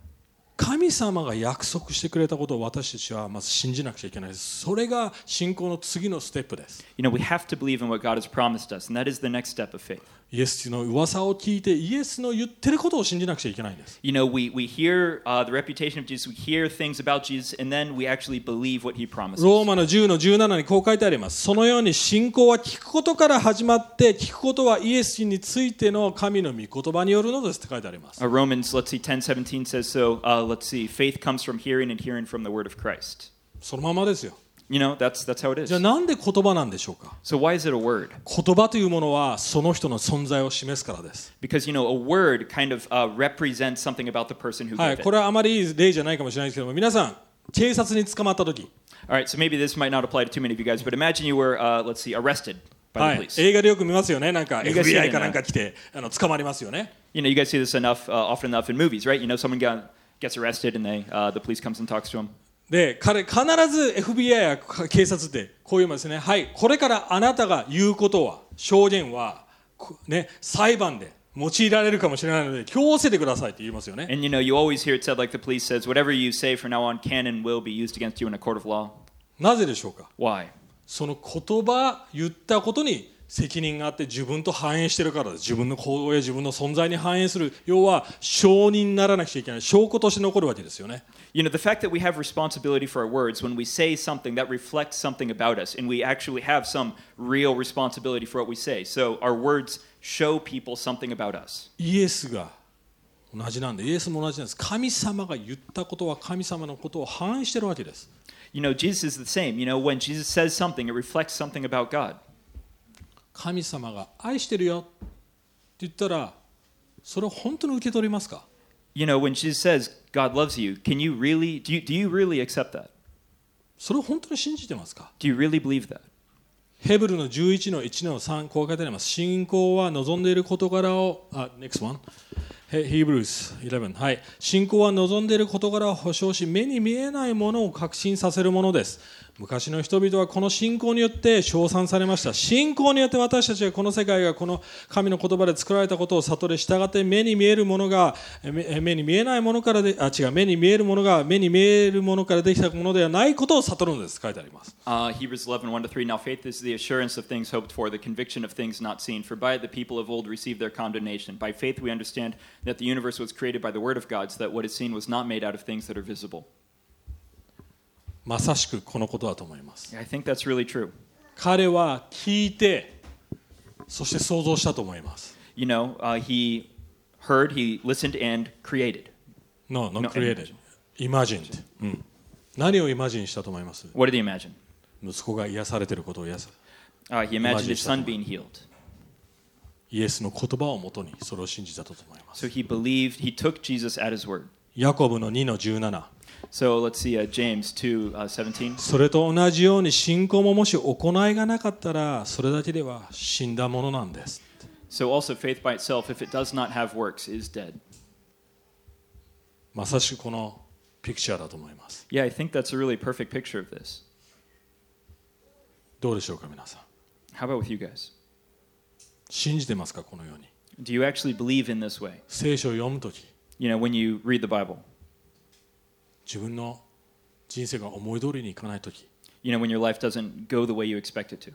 Speaker 1: 神様が約束してくれたことを私たちはまず信じなくちゃいけないですそれが信仰の次のステップです
Speaker 2: You know, we have to believe in what God has promised us, and that is the next step of faith.
Speaker 1: イエスの噂を聞いてイエスの言ってることを信じなくちゃいけないんです
Speaker 2: You know, we, we hear uh, the reputation of Jesus, we hear things about Jesus, and then we actually believe what he promised.
Speaker 1: ローマの10の17にこう書いてあります。そのように信仰は聞くことから始まって、聞くことはイエスについての神の御言葉によるのですって書いてあります。
Speaker 2: Uh, Romans, let's see, 10 17 says so. Uh, let's see, faith comes from hearing and hearing from the word of Christ.
Speaker 1: そのままですよ。
Speaker 2: You know, that's, that's how it is.
Speaker 1: じゃあなんで言葉なんでしょうか
Speaker 2: So, why is it a word?
Speaker 1: 言葉というものはその人の存在を示すからです。
Speaker 2: because you know a word kind of uh, represents something about the person who
Speaker 1: はい、
Speaker 2: gave it.
Speaker 1: これはあまりいい例じゃないかもしれないですけども、皆さん、警察に捕まった時、
Speaker 2: All right, so maybe this might not apply to too many of you guys, but imagine you were, uh, let's see, arrested by
Speaker 1: は
Speaker 2: the
Speaker 1: い
Speaker 2: police.、
Speaker 1: 映画でよく見ますよね。なんか
Speaker 2: 映画シーンね
Speaker 1: FBI かなんか来て、あの捕まりますよね。
Speaker 2: You know, you guys see this enough, uh, often enough in movies, right? You know, someone got, gets arrested and they, uh, the police comes and talks to him.
Speaker 1: で彼必ず FBI や警察ってこう言いますね、はい、これからあなたが言うことは、証言は、こね、裁判で用いられるかもしれないので、強制てくださいって言いますよね。
Speaker 2: And you know, you always hear it said like the police says, whatever you say from now on can and will be used against you in a court of law.
Speaker 1: なぜでしょうか、
Speaker 2: Why?
Speaker 1: その言葉、言ったことに責任があって、自分と反映してるからです、自分の行動や自分の存在に反映する、要は証人にならなくちゃいけない、証拠として残るわけですよね。
Speaker 2: You know, the fact that we have responsibility for our words, when we say something, that reflects something about us, and we actually have some real responsibility for what we say. So our words show people something about us.
Speaker 1: イエスが同じなんで、イエスも同じなんです、神様が言ったことは神様のことを反映してるわけです。
Speaker 2: You know, Jesus is the same. You know, when Jesus says something, it reflects something about God.
Speaker 1: 神様が愛してるよって言ったらそれを本当に受け取りますか
Speaker 2: You know, when Jesus says, God loves you, can you really, do you, do you really accept that?
Speaker 1: それを本当に信じてますか
Speaker 2: Do you really believe that?
Speaker 1: ヘブルの11の1の3こう書いてあります信仰は望んでいる事柄をあ next one ヘヘブルス11はい信仰は望んでいる事柄を保証し目に見えないものを確信させるものです昔の人々はこの信仰によって称賛されました信仰によって私たちはこの世界がこの神の言葉で作られたことを悟り従って目に見えるものがえ目え目に見えないものからであ違う目に見えるものが目に見えるものからできたものではないことを悟るのです書いてあります
Speaker 2: Uh, Hebrews 11, 1 to 3. Now faith is the assurance of things hoped for, the conviction of things not seen. For by it the people of old received their condemnation. By faith we understand that the universe was created by the word of God, so that what is seen was not made out of things that are visible.
Speaker 1: まさしくこのことだと思います
Speaker 2: I think that's really true.
Speaker 1: 彼は聞いてそして想像したと思います。
Speaker 2: You know, uh, he heard, he listened, and created.
Speaker 1: No, not
Speaker 2: No,
Speaker 1: created. Imagined. うん何をイマジンしたと思います
Speaker 2: What did he imagine?
Speaker 1: 息子が癒されていることを癒す。
Speaker 2: Uh, he imagined his son being healed.
Speaker 1: イエスの言葉をもとにそれを信じたと思います。
Speaker 2: So he believed, he took Jesus at his word.
Speaker 1: ヤコブの2の17。
Speaker 2: So let's see, uh, James 2 uh, 17.
Speaker 1: それと同じように信仰ももし行いがなかったらそれだけでは死んだものなんです。
Speaker 2: So also, faith by itself, if it does not have works, is dead.
Speaker 1: まさしくこのピクチャーだと思います
Speaker 2: Yeah, I think that's a really perfect picture of this.
Speaker 1: どうでしょうか皆さん
Speaker 2: How about with you guys?
Speaker 1: 信じてますかこのように
Speaker 2: Do you actually believe in this way?
Speaker 1: 聖書を読むとき
Speaker 2: You know, when you read the Bible,
Speaker 1: 自分の人生が思い通りにいかないとき
Speaker 2: you know, when your life doesn't go the way you expect it to,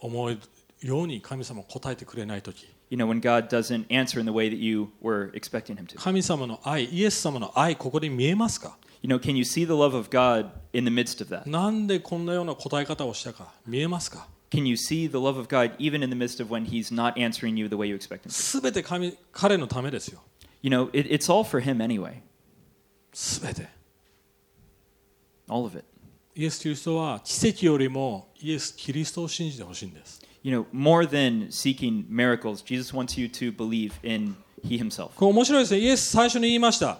Speaker 1: 思いように神様を答えてくれないとき
Speaker 2: you know, when God doesn't answer in the way that you were expecting Him to.
Speaker 1: 神様の愛イエス様の愛ここで見えますか
Speaker 2: You know, can you see the love of God in the midst of that?
Speaker 1: なんでこんなような答え方をしたか見えますか
Speaker 2: Can you see the love of God even in the midst of when He's not answering you the way you expect Him to?
Speaker 1: すべて神彼のためですよ
Speaker 2: You know, it, it's all for Him anyway,
Speaker 1: すべて
Speaker 2: all of it.
Speaker 1: イエス・キリストは奇跡よりもイエス・キリストを信じてほしいんです
Speaker 2: You know, more than seeking miracles, Jesus wants you to believe in He Himself.
Speaker 1: これ面白いですねイエス最初に言いました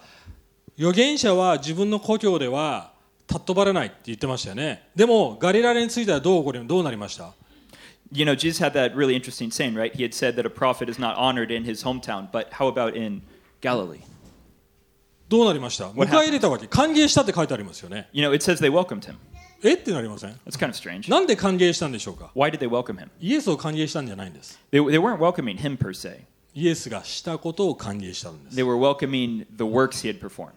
Speaker 1: 預言者は自分の故郷では尊ばれないって言ってましたよねでもガリラヤについてはどう起こりどうなりました
Speaker 2: You know, Jesus had that really interesting saying, right? He had said that a prophet is not honored in his hometown, but how about in Galilee?
Speaker 1: どうなりました
Speaker 2: What
Speaker 1: 迎え入れたわけ歓迎したって書いてありますよね
Speaker 2: You know, it says they welcomed him.
Speaker 1: えってなりません
Speaker 2: That's kind of strange.
Speaker 1: なんで歓迎したんでしょうか
Speaker 2: Why did they welcome him?
Speaker 1: イエスを歓迎したんじゃないんです
Speaker 2: They, they weren't welcoming him per se,
Speaker 1: イエスがしたことを歓迎したんです
Speaker 2: they were welcoming the works he had performed.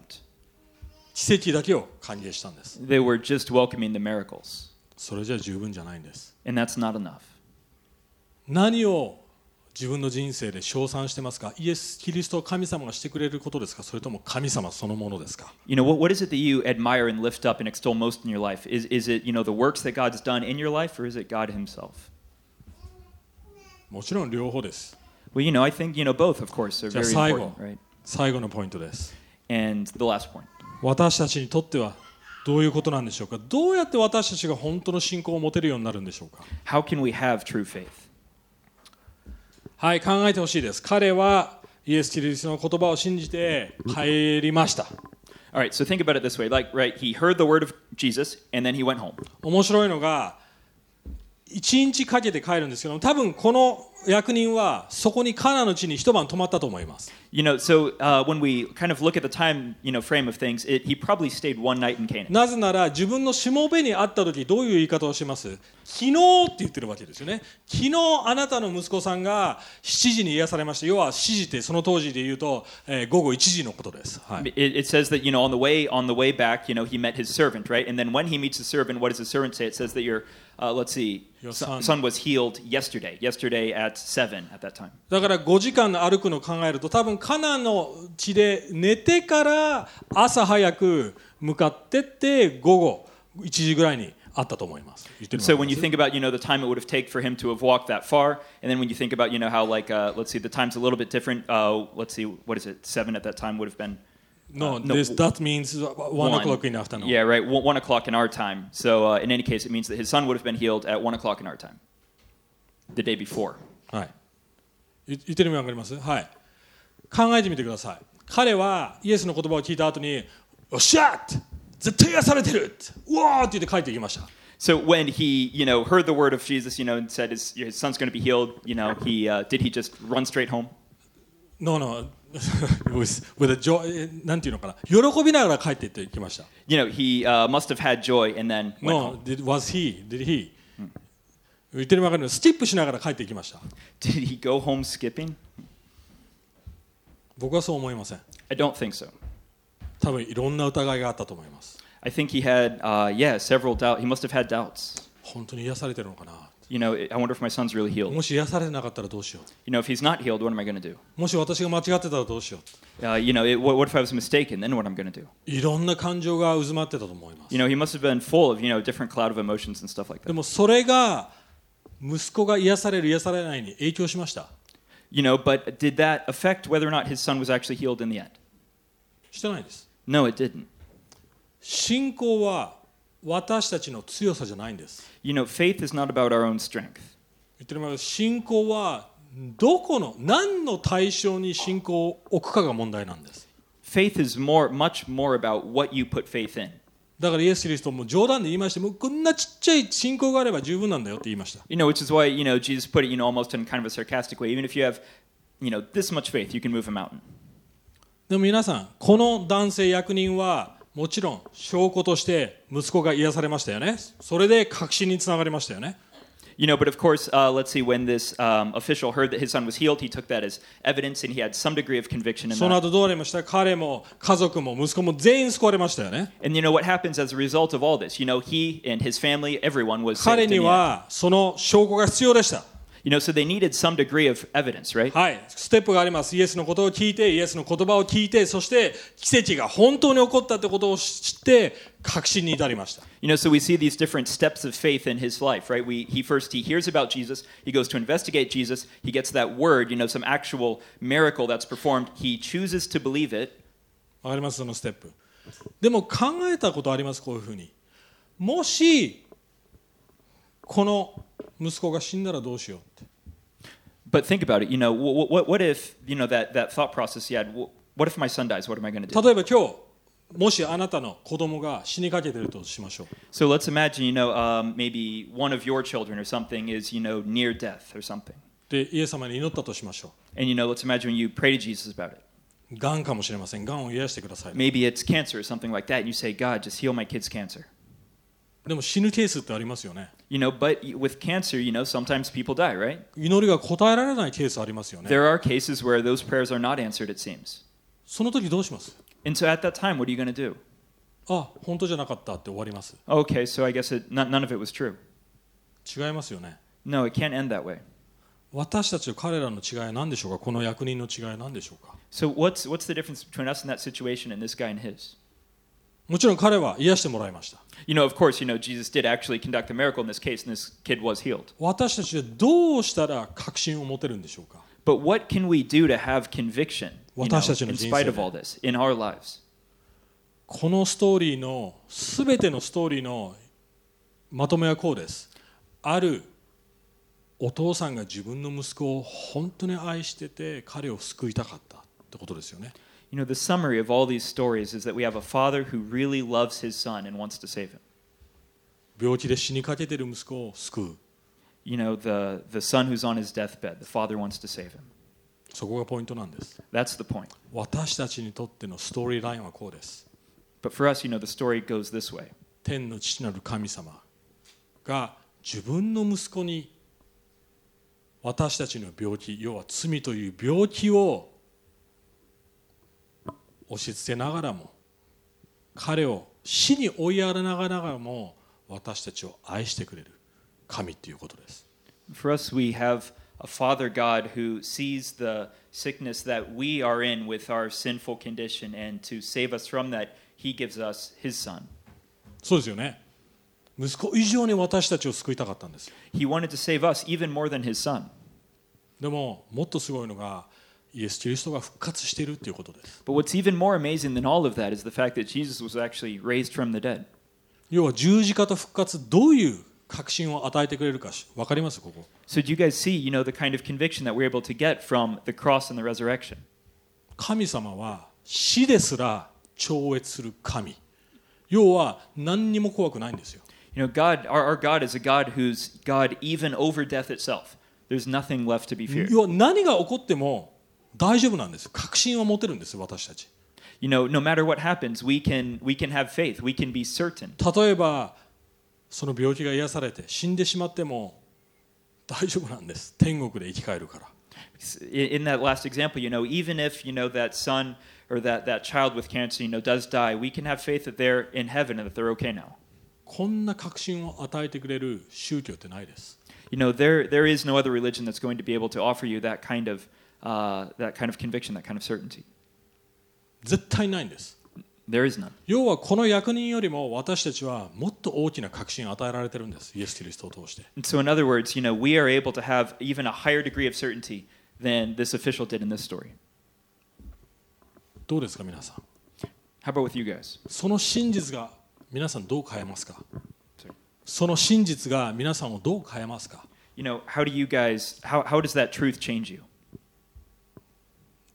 Speaker 1: 奇跡だけを歓迎したんです
Speaker 2: They were just welcoming the miracles.
Speaker 1: それじゃ十分じゃないんです
Speaker 2: And that's not enough.
Speaker 1: 何を自分の人生で称賛してますかイエス・キリストを神様がしてくれることですかそれとも神様そのものですか
Speaker 2: You know, what, what is it that you admire and lift up and extol most in your life? Is, is it, you know, the works that God's done in your life, or is it God himself?
Speaker 1: もちろん両方です
Speaker 2: Well, you know, I think, you know, both, of course, are
Speaker 1: Ja,
Speaker 2: very
Speaker 1: Saigo.
Speaker 2: important, right?
Speaker 1: 最後のポイントです
Speaker 2: And the last point.
Speaker 1: 私たちにとってはどういうことなんでしょうかどうやって私たちが本当の信仰を持てるようになるんでしょうか
Speaker 2: How can we have true faith?
Speaker 1: はい考えてほしいです彼はイエス・キリストの言葉を信じて帰りました
Speaker 2: All right, so think about it this way. Like, right, he heard the word of Jesus and then he went home.
Speaker 1: 面白いのが1日かけて帰るんですけども多分この役人はそこにカナの地に一晩泊まったと思います
Speaker 2: You know, so uh, when we kind of look at the time, you know, frame of things, it, he probably stayed one night in Canaan.
Speaker 1: なぜなら自分のしもべに会った時どういう言い方をします昨日って言ってるわけですよね昨日あなたの息子さんが7時に癒されました要は7時ってその当時で言うと、えー午後1時のことです、はい、
Speaker 2: It, it says that you know on the way on the way back, you know, he met his servant, right? And then when he meets his servant, what does his servant say? It says that your, uh, let's see,
Speaker 1: Your son.
Speaker 2: son- son was healed yesterday. Yesterday at seven at that time.
Speaker 1: だから5時間歩くのを考えると多分カナの地で寝てから朝早く向かってって午後1時ぐらいに会ったと思います言ってる
Speaker 2: So
Speaker 1: わけ
Speaker 2: when you
Speaker 1: です
Speaker 2: think about you know the time it would have taken for him to have walked that far, and then when you think about you know how like uh, let's see the time's a little bit different. Uh, let's see what is it seven at that time would have been.
Speaker 1: No,
Speaker 2: No.
Speaker 1: this, that means one o'clock in the afternoon.
Speaker 2: Yeah, right. One, one o'clock in our time. So uh, in any case, it means that his son would have been healed at one o'clock in our time, the day before.
Speaker 1: はい。言言ってる意味わかりますはい。考えてみてください。彼はイエスの言葉を聞いた後に、おっしゃって絶対癒されてるってうわーって言って帰っていきました。
Speaker 2: So when he you know heard the word of Jesus, you know, and said his, his son's going to be healed, you know, he uh, did he just run straight home?
Speaker 1: No, no. [LAUGHS] with, with a joy, なんていうのかな。喜びながら帰っていってきました。
Speaker 2: You know, he uh, must have had joy and then went
Speaker 1: No,
Speaker 2: home.
Speaker 1: did, was he? Did he? 言ってる意味わかりますスティップしながら帰っていきました。
Speaker 2: Did he go home skipping?
Speaker 1: 僕はそう思いません。
Speaker 2: I don't think so.
Speaker 1: 多分いろんな疑いがあったと思います。
Speaker 2: I think he had, uh, yeah, several doubt. He must have had doubts.
Speaker 1: 本当に癒されてるのかな。
Speaker 2: You know, I wonder if my son's really healed.
Speaker 1: もし癒されてなかったらどうしよう。
Speaker 2: You know, if he's not healed, what am I going to do?
Speaker 1: もし私が間違ってたらどうしよう
Speaker 2: Uh, you know, it, what, what if I was mistaken? Then what am I going to do?
Speaker 1: いろんな感情が渦巻ってたと思います
Speaker 2: You know, he must have been full of, you know, different cloud of emotions and stuff like
Speaker 1: で
Speaker 2: that.
Speaker 1: もそれが息子が癒される癒されないに影響しました
Speaker 2: You know, but did that affect whether or not his son was actually healed in the end?
Speaker 1: してないです
Speaker 2: No, it didn't.
Speaker 1: 信仰は私たちの強さじゃないんです
Speaker 2: You know, faith is not about our own strength.
Speaker 1: 言ってみます信仰はどこの何の対象に信仰を置くかが問題なんです
Speaker 2: Faith is more, much more about what you put faith in.
Speaker 1: だからイエス・キリストも冗談で言いましてもうこんなちっちゃい信仰があれば十分なんだよって言いました
Speaker 2: You know, which is why, you know, Jesus put it, you know, almost in kind of a sarcastic way. Even if you have, you know, this much faith, you can move a mountain.
Speaker 1: でも皆さんこの男性役人はもちろん証拠として息子が癒されましたよねそれで確信につながりましたよね
Speaker 2: You know, but of course, uh, let's see, when this um, official heard that his son was healed, he took that as evidence and he had some degree of conviction in
Speaker 1: その
Speaker 2: that.
Speaker 1: 後どうなりました彼も家族も息子も全員救われましたよね
Speaker 2: And you know what happens as a result of all this? You know, he and his family, everyone was
Speaker 1: 彼
Speaker 2: saved.
Speaker 1: に
Speaker 2: in the end.
Speaker 1: はその証拠が必要でした
Speaker 2: You know, so they needed some degree of evidence, right?
Speaker 1: はいステップがありますイエスのことを聞いてイエスの言葉を聞いてそして奇跡が本当に起こったってことを知って確信に至りました
Speaker 2: You know, so we see these different steps of faith in his life, right? We, he first he hears about Jesus, he goes to investigate Jesus, he gets that word, you know, some actual miracle that's performed. He chooses to believe it.
Speaker 1: わかりますそのステップでも考えたことありますこういうふうにもしこの息子が死んだらどうしようって
Speaker 2: But think about it, you know, what what, what if you know that that thought process you had? wh- What if my son dies? What am I going to do?
Speaker 1: 例えば今日もしあなたの子供が死にかけてるとしましょう
Speaker 2: So let's imagine, you know, um, maybe one of your children or something is, you know, near death or something,
Speaker 1: でイエス様に祈ったとしましょ
Speaker 2: and you know, let's imagine you pray to Jesus about it.
Speaker 1: うがんかもしれませんがんを癒してください
Speaker 2: Maybe it's cancer or something like that, and you say, God, just heal my kid's cancer.
Speaker 1: でも死ぬケースってありますよね
Speaker 2: You know, but y- with cancer, you know, sometimes people die, right?
Speaker 1: 祈りが答えられないケースありますよね
Speaker 2: There are cases where those prayers are not answered, it seems.
Speaker 1: その時どうします
Speaker 2: And so at that time, what are you going to do?
Speaker 1: あ本当じゃなかったって終わります
Speaker 2: Okay, so I guess it, none none of it was true.
Speaker 1: 違いますよね
Speaker 2: No, it can't end that way.
Speaker 1: 私たちと彼らの違いは何でしょうかこの役人の違いは何でしょうか
Speaker 2: So what's, what's the difference between us in that situation and this guy and his?
Speaker 1: もちろん彼は癒してもらいました
Speaker 2: You know, of course, you know, Jesus did actually conduct a miracle in this case, and this kid was healed.
Speaker 1: 私たちはどうしたら確信を持てるんでしょうか
Speaker 2: But what can we do to have conviction you know,
Speaker 1: 私たちの人生で。
Speaker 2: in spite of all this in our lives?
Speaker 1: このストーリーの全てのストーリーのまとめはこうですあるお父さんが自分の息子を本当に愛してて彼を救いたかったってことですよね
Speaker 2: You know, the summary of all these stories is that we have a father who really loves his son and wants to save him.
Speaker 1: 病気で死にかけてる息子を救う
Speaker 2: You know, the, the son who's on his deathbed, the father wants to save him.
Speaker 1: そこがポイントなんです
Speaker 2: That's the point.
Speaker 1: 私たちにとってのストーリーラインはこうです
Speaker 2: But for us, you know, the story goes this way.
Speaker 1: 天の父なる神様が自分の息子に私たちの病気要は罪という病気を押し付けながらも彼を死に追いやらながらも私たちを愛してくれる神ということです。
Speaker 2: For us, we have a father God who sees the sickness that we are in with our sinful condition, and to save us from that, he gives us his son.
Speaker 1: そうですよね。息子以上に私たちを救いたかったんですよ。
Speaker 2: He wanted to save us even more than his son.
Speaker 1: でももっとすごいのがイエス・キリストが復活しているということです。
Speaker 2: But what's even more amazing than all of that is the fact that Jesus was actually raised from the dead.
Speaker 1: 要は十字架と復活どういう確信を与えてくれるかし分かりますここ
Speaker 2: So do you guys see, you know, the kind of conviction that we're able to get from the cross and the resurrection?
Speaker 1: 神様は死ですら超越する神要は何にも怖くないんですよ
Speaker 2: You know, God, our, our God is a God who's God even over death itself. There's nothing left to be feared.
Speaker 1: 要は何が起こっても大丈夫なんです確信は持てるんです私たち
Speaker 2: You know, no matter what happens, we can we can have faith. We can be certain.
Speaker 1: 例えばその病気が癒されて死んでしまっても大丈夫なんです天国で生き返るから
Speaker 2: In, in that last example, you know, even if you know that son or that that child with cancer, you know, does die, we can have faith that they're in heaven and that they're okay now.
Speaker 1: こんな確信を与えてくれる宗教ってないです
Speaker 2: You know, there there is no other religion that's going to be able to offer you that kind of uh, that kind of conviction, that kind of certainty.
Speaker 1: 絶対ないんです
Speaker 2: There is none.
Speaker 1: 要はこの役人よりも私たちはもっと大きな確信を与えられてるんですイエス・キリストを通して
Speaker 2: And so, in other words, you know, we are able to have even a higher degree of certainty than this official did in this story.
Speaker 1: どうですか皆さん
Speaker 2: How about with you guys?
Speaker 1: その真実が皆さんどう変えますか
Speaker 2: そう
Speaker 1: その真実が皆さんをどう変えますか
Speaker 2: You know, how do you guys? How how does that truth change you?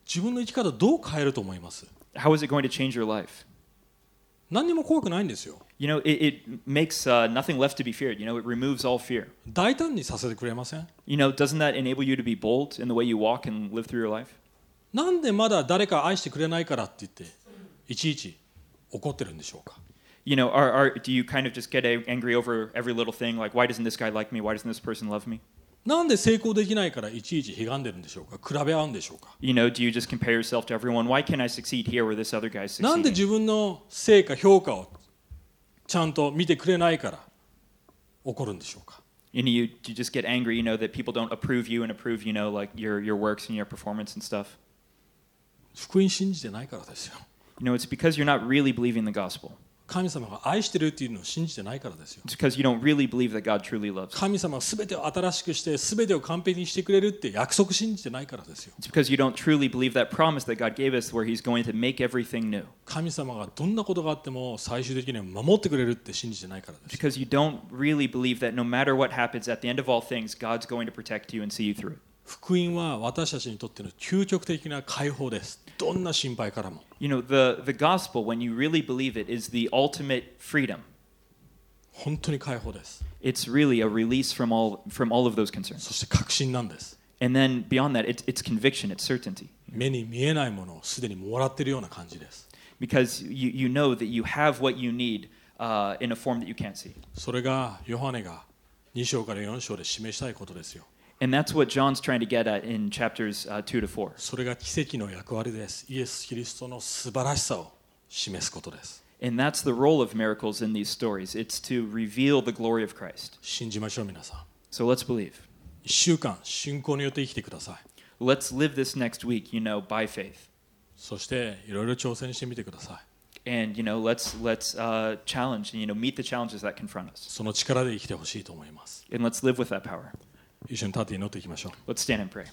Speaker 1: 自分の生き方どう変えると思います
Speaker 2: How is it going to change your life?
Speaker 1: 何にも怖くないんですよ
Speaker 2: You know, it, it makes uh, nothing left to be feared. You know, it removes all fear.
Speaker 1: 大胆にさせてくれません
Speaker 2: You know, doesn't that enable you to be bold in the way you walk and live through your life?
Speaker 1: なんでまだ誰か愛してくれないからって言っていちいち怒ってるんでしょうか
Speaker 2: You know, are, are, do you kind of just get a- angry over every little thing? Like, why doesn't this guy like me? Why doesn't this person love me?
Speaker 1: なんで成功できないからいちいち僻んでるんでしょうか比べ合うんでしょうか
Speaker 2: You know, do you just compare yourself to everyone? Why can't I succeed here where this other guy's
Speaker 1: なんで
Speaker 2: succeeding?
Speaker 1: 自分の成果評価をちゃんと見てくれないから怒るんでしょうか
Speaker 2: You know, you, you just get angry, you know, that people don't approve you and approve, you know, like your, your works and your performance and stuff.
Speaker 1: 福音信じてないからですよ
Speaker 2: You know, it's because you're not really believing the gospel.
Speaker 1: 神様が愛してるっていうのを信じてないからですよ
Speaker 2: It's because you don't really believe that God truly loves. you.
Speaker 1: 神様は全てを新しくして全てを完璧にしてくれるって約束信じてないからですよ
Speaker 2: It's because you don't truly believe that promise that God gave us where He's going to make everything new.
Speaker 1: 神様がどんなことがあっても最終的には守ってくれるって信じてないからです
Speaker 2: It's because you don't really believe that no matter what happens, at the end of all things, God's going to protect you and see you through.
Speaker 1: 福音は私たちにとっての究極的な解放ですどんな心配からも
Speaker 2: You know, the, the gospel, when you really believe it, is the ultimate freedom.
Speaker 1: 本当に解放です
Speaker 2: It's really a release from all, from all of those concerns.
Speaker 1: そして確信なんです
Speaker 2: And then beyond that, it's, it's conviction, it's certainty.
Speaker 1: 目に見えないものをすでにもらってるような感じです
Speaker 2: Because you, you know that you have what you need uh, in a form that you can't see.
Speaker 1: それがヨハネが2章から4章で示したいことですよ
Speaker 2: And that's what John's trying to get at in chapters uh, 2 to 4.
Speaker 1: それが奇跡の役割ですイエス・キリストの素晴らしさを示すことです
Speaker 2: And that's the role of miracles in these stories. It's to reveal the glory of Christ.
Speaker 1: 信じましょう皆さん
Speaker 2: So let's believe.
Speaker 1: 1週間信仰によって生きてください
Speaker 2: Let's live this next week, you know, by faith.
Speaker 1: そしていろいろ挑戦してみてください
Speaker 2: And, you know, let's, let's uh, challenge, you know, meet the challenges that confront us.
Speaker 1: その力で生きてほしいと思います
Speaker 2: And let's live with that power.
Speaker 1: 一緒に立って祈っていきましょう
Speaker 2: Let's stand and pray.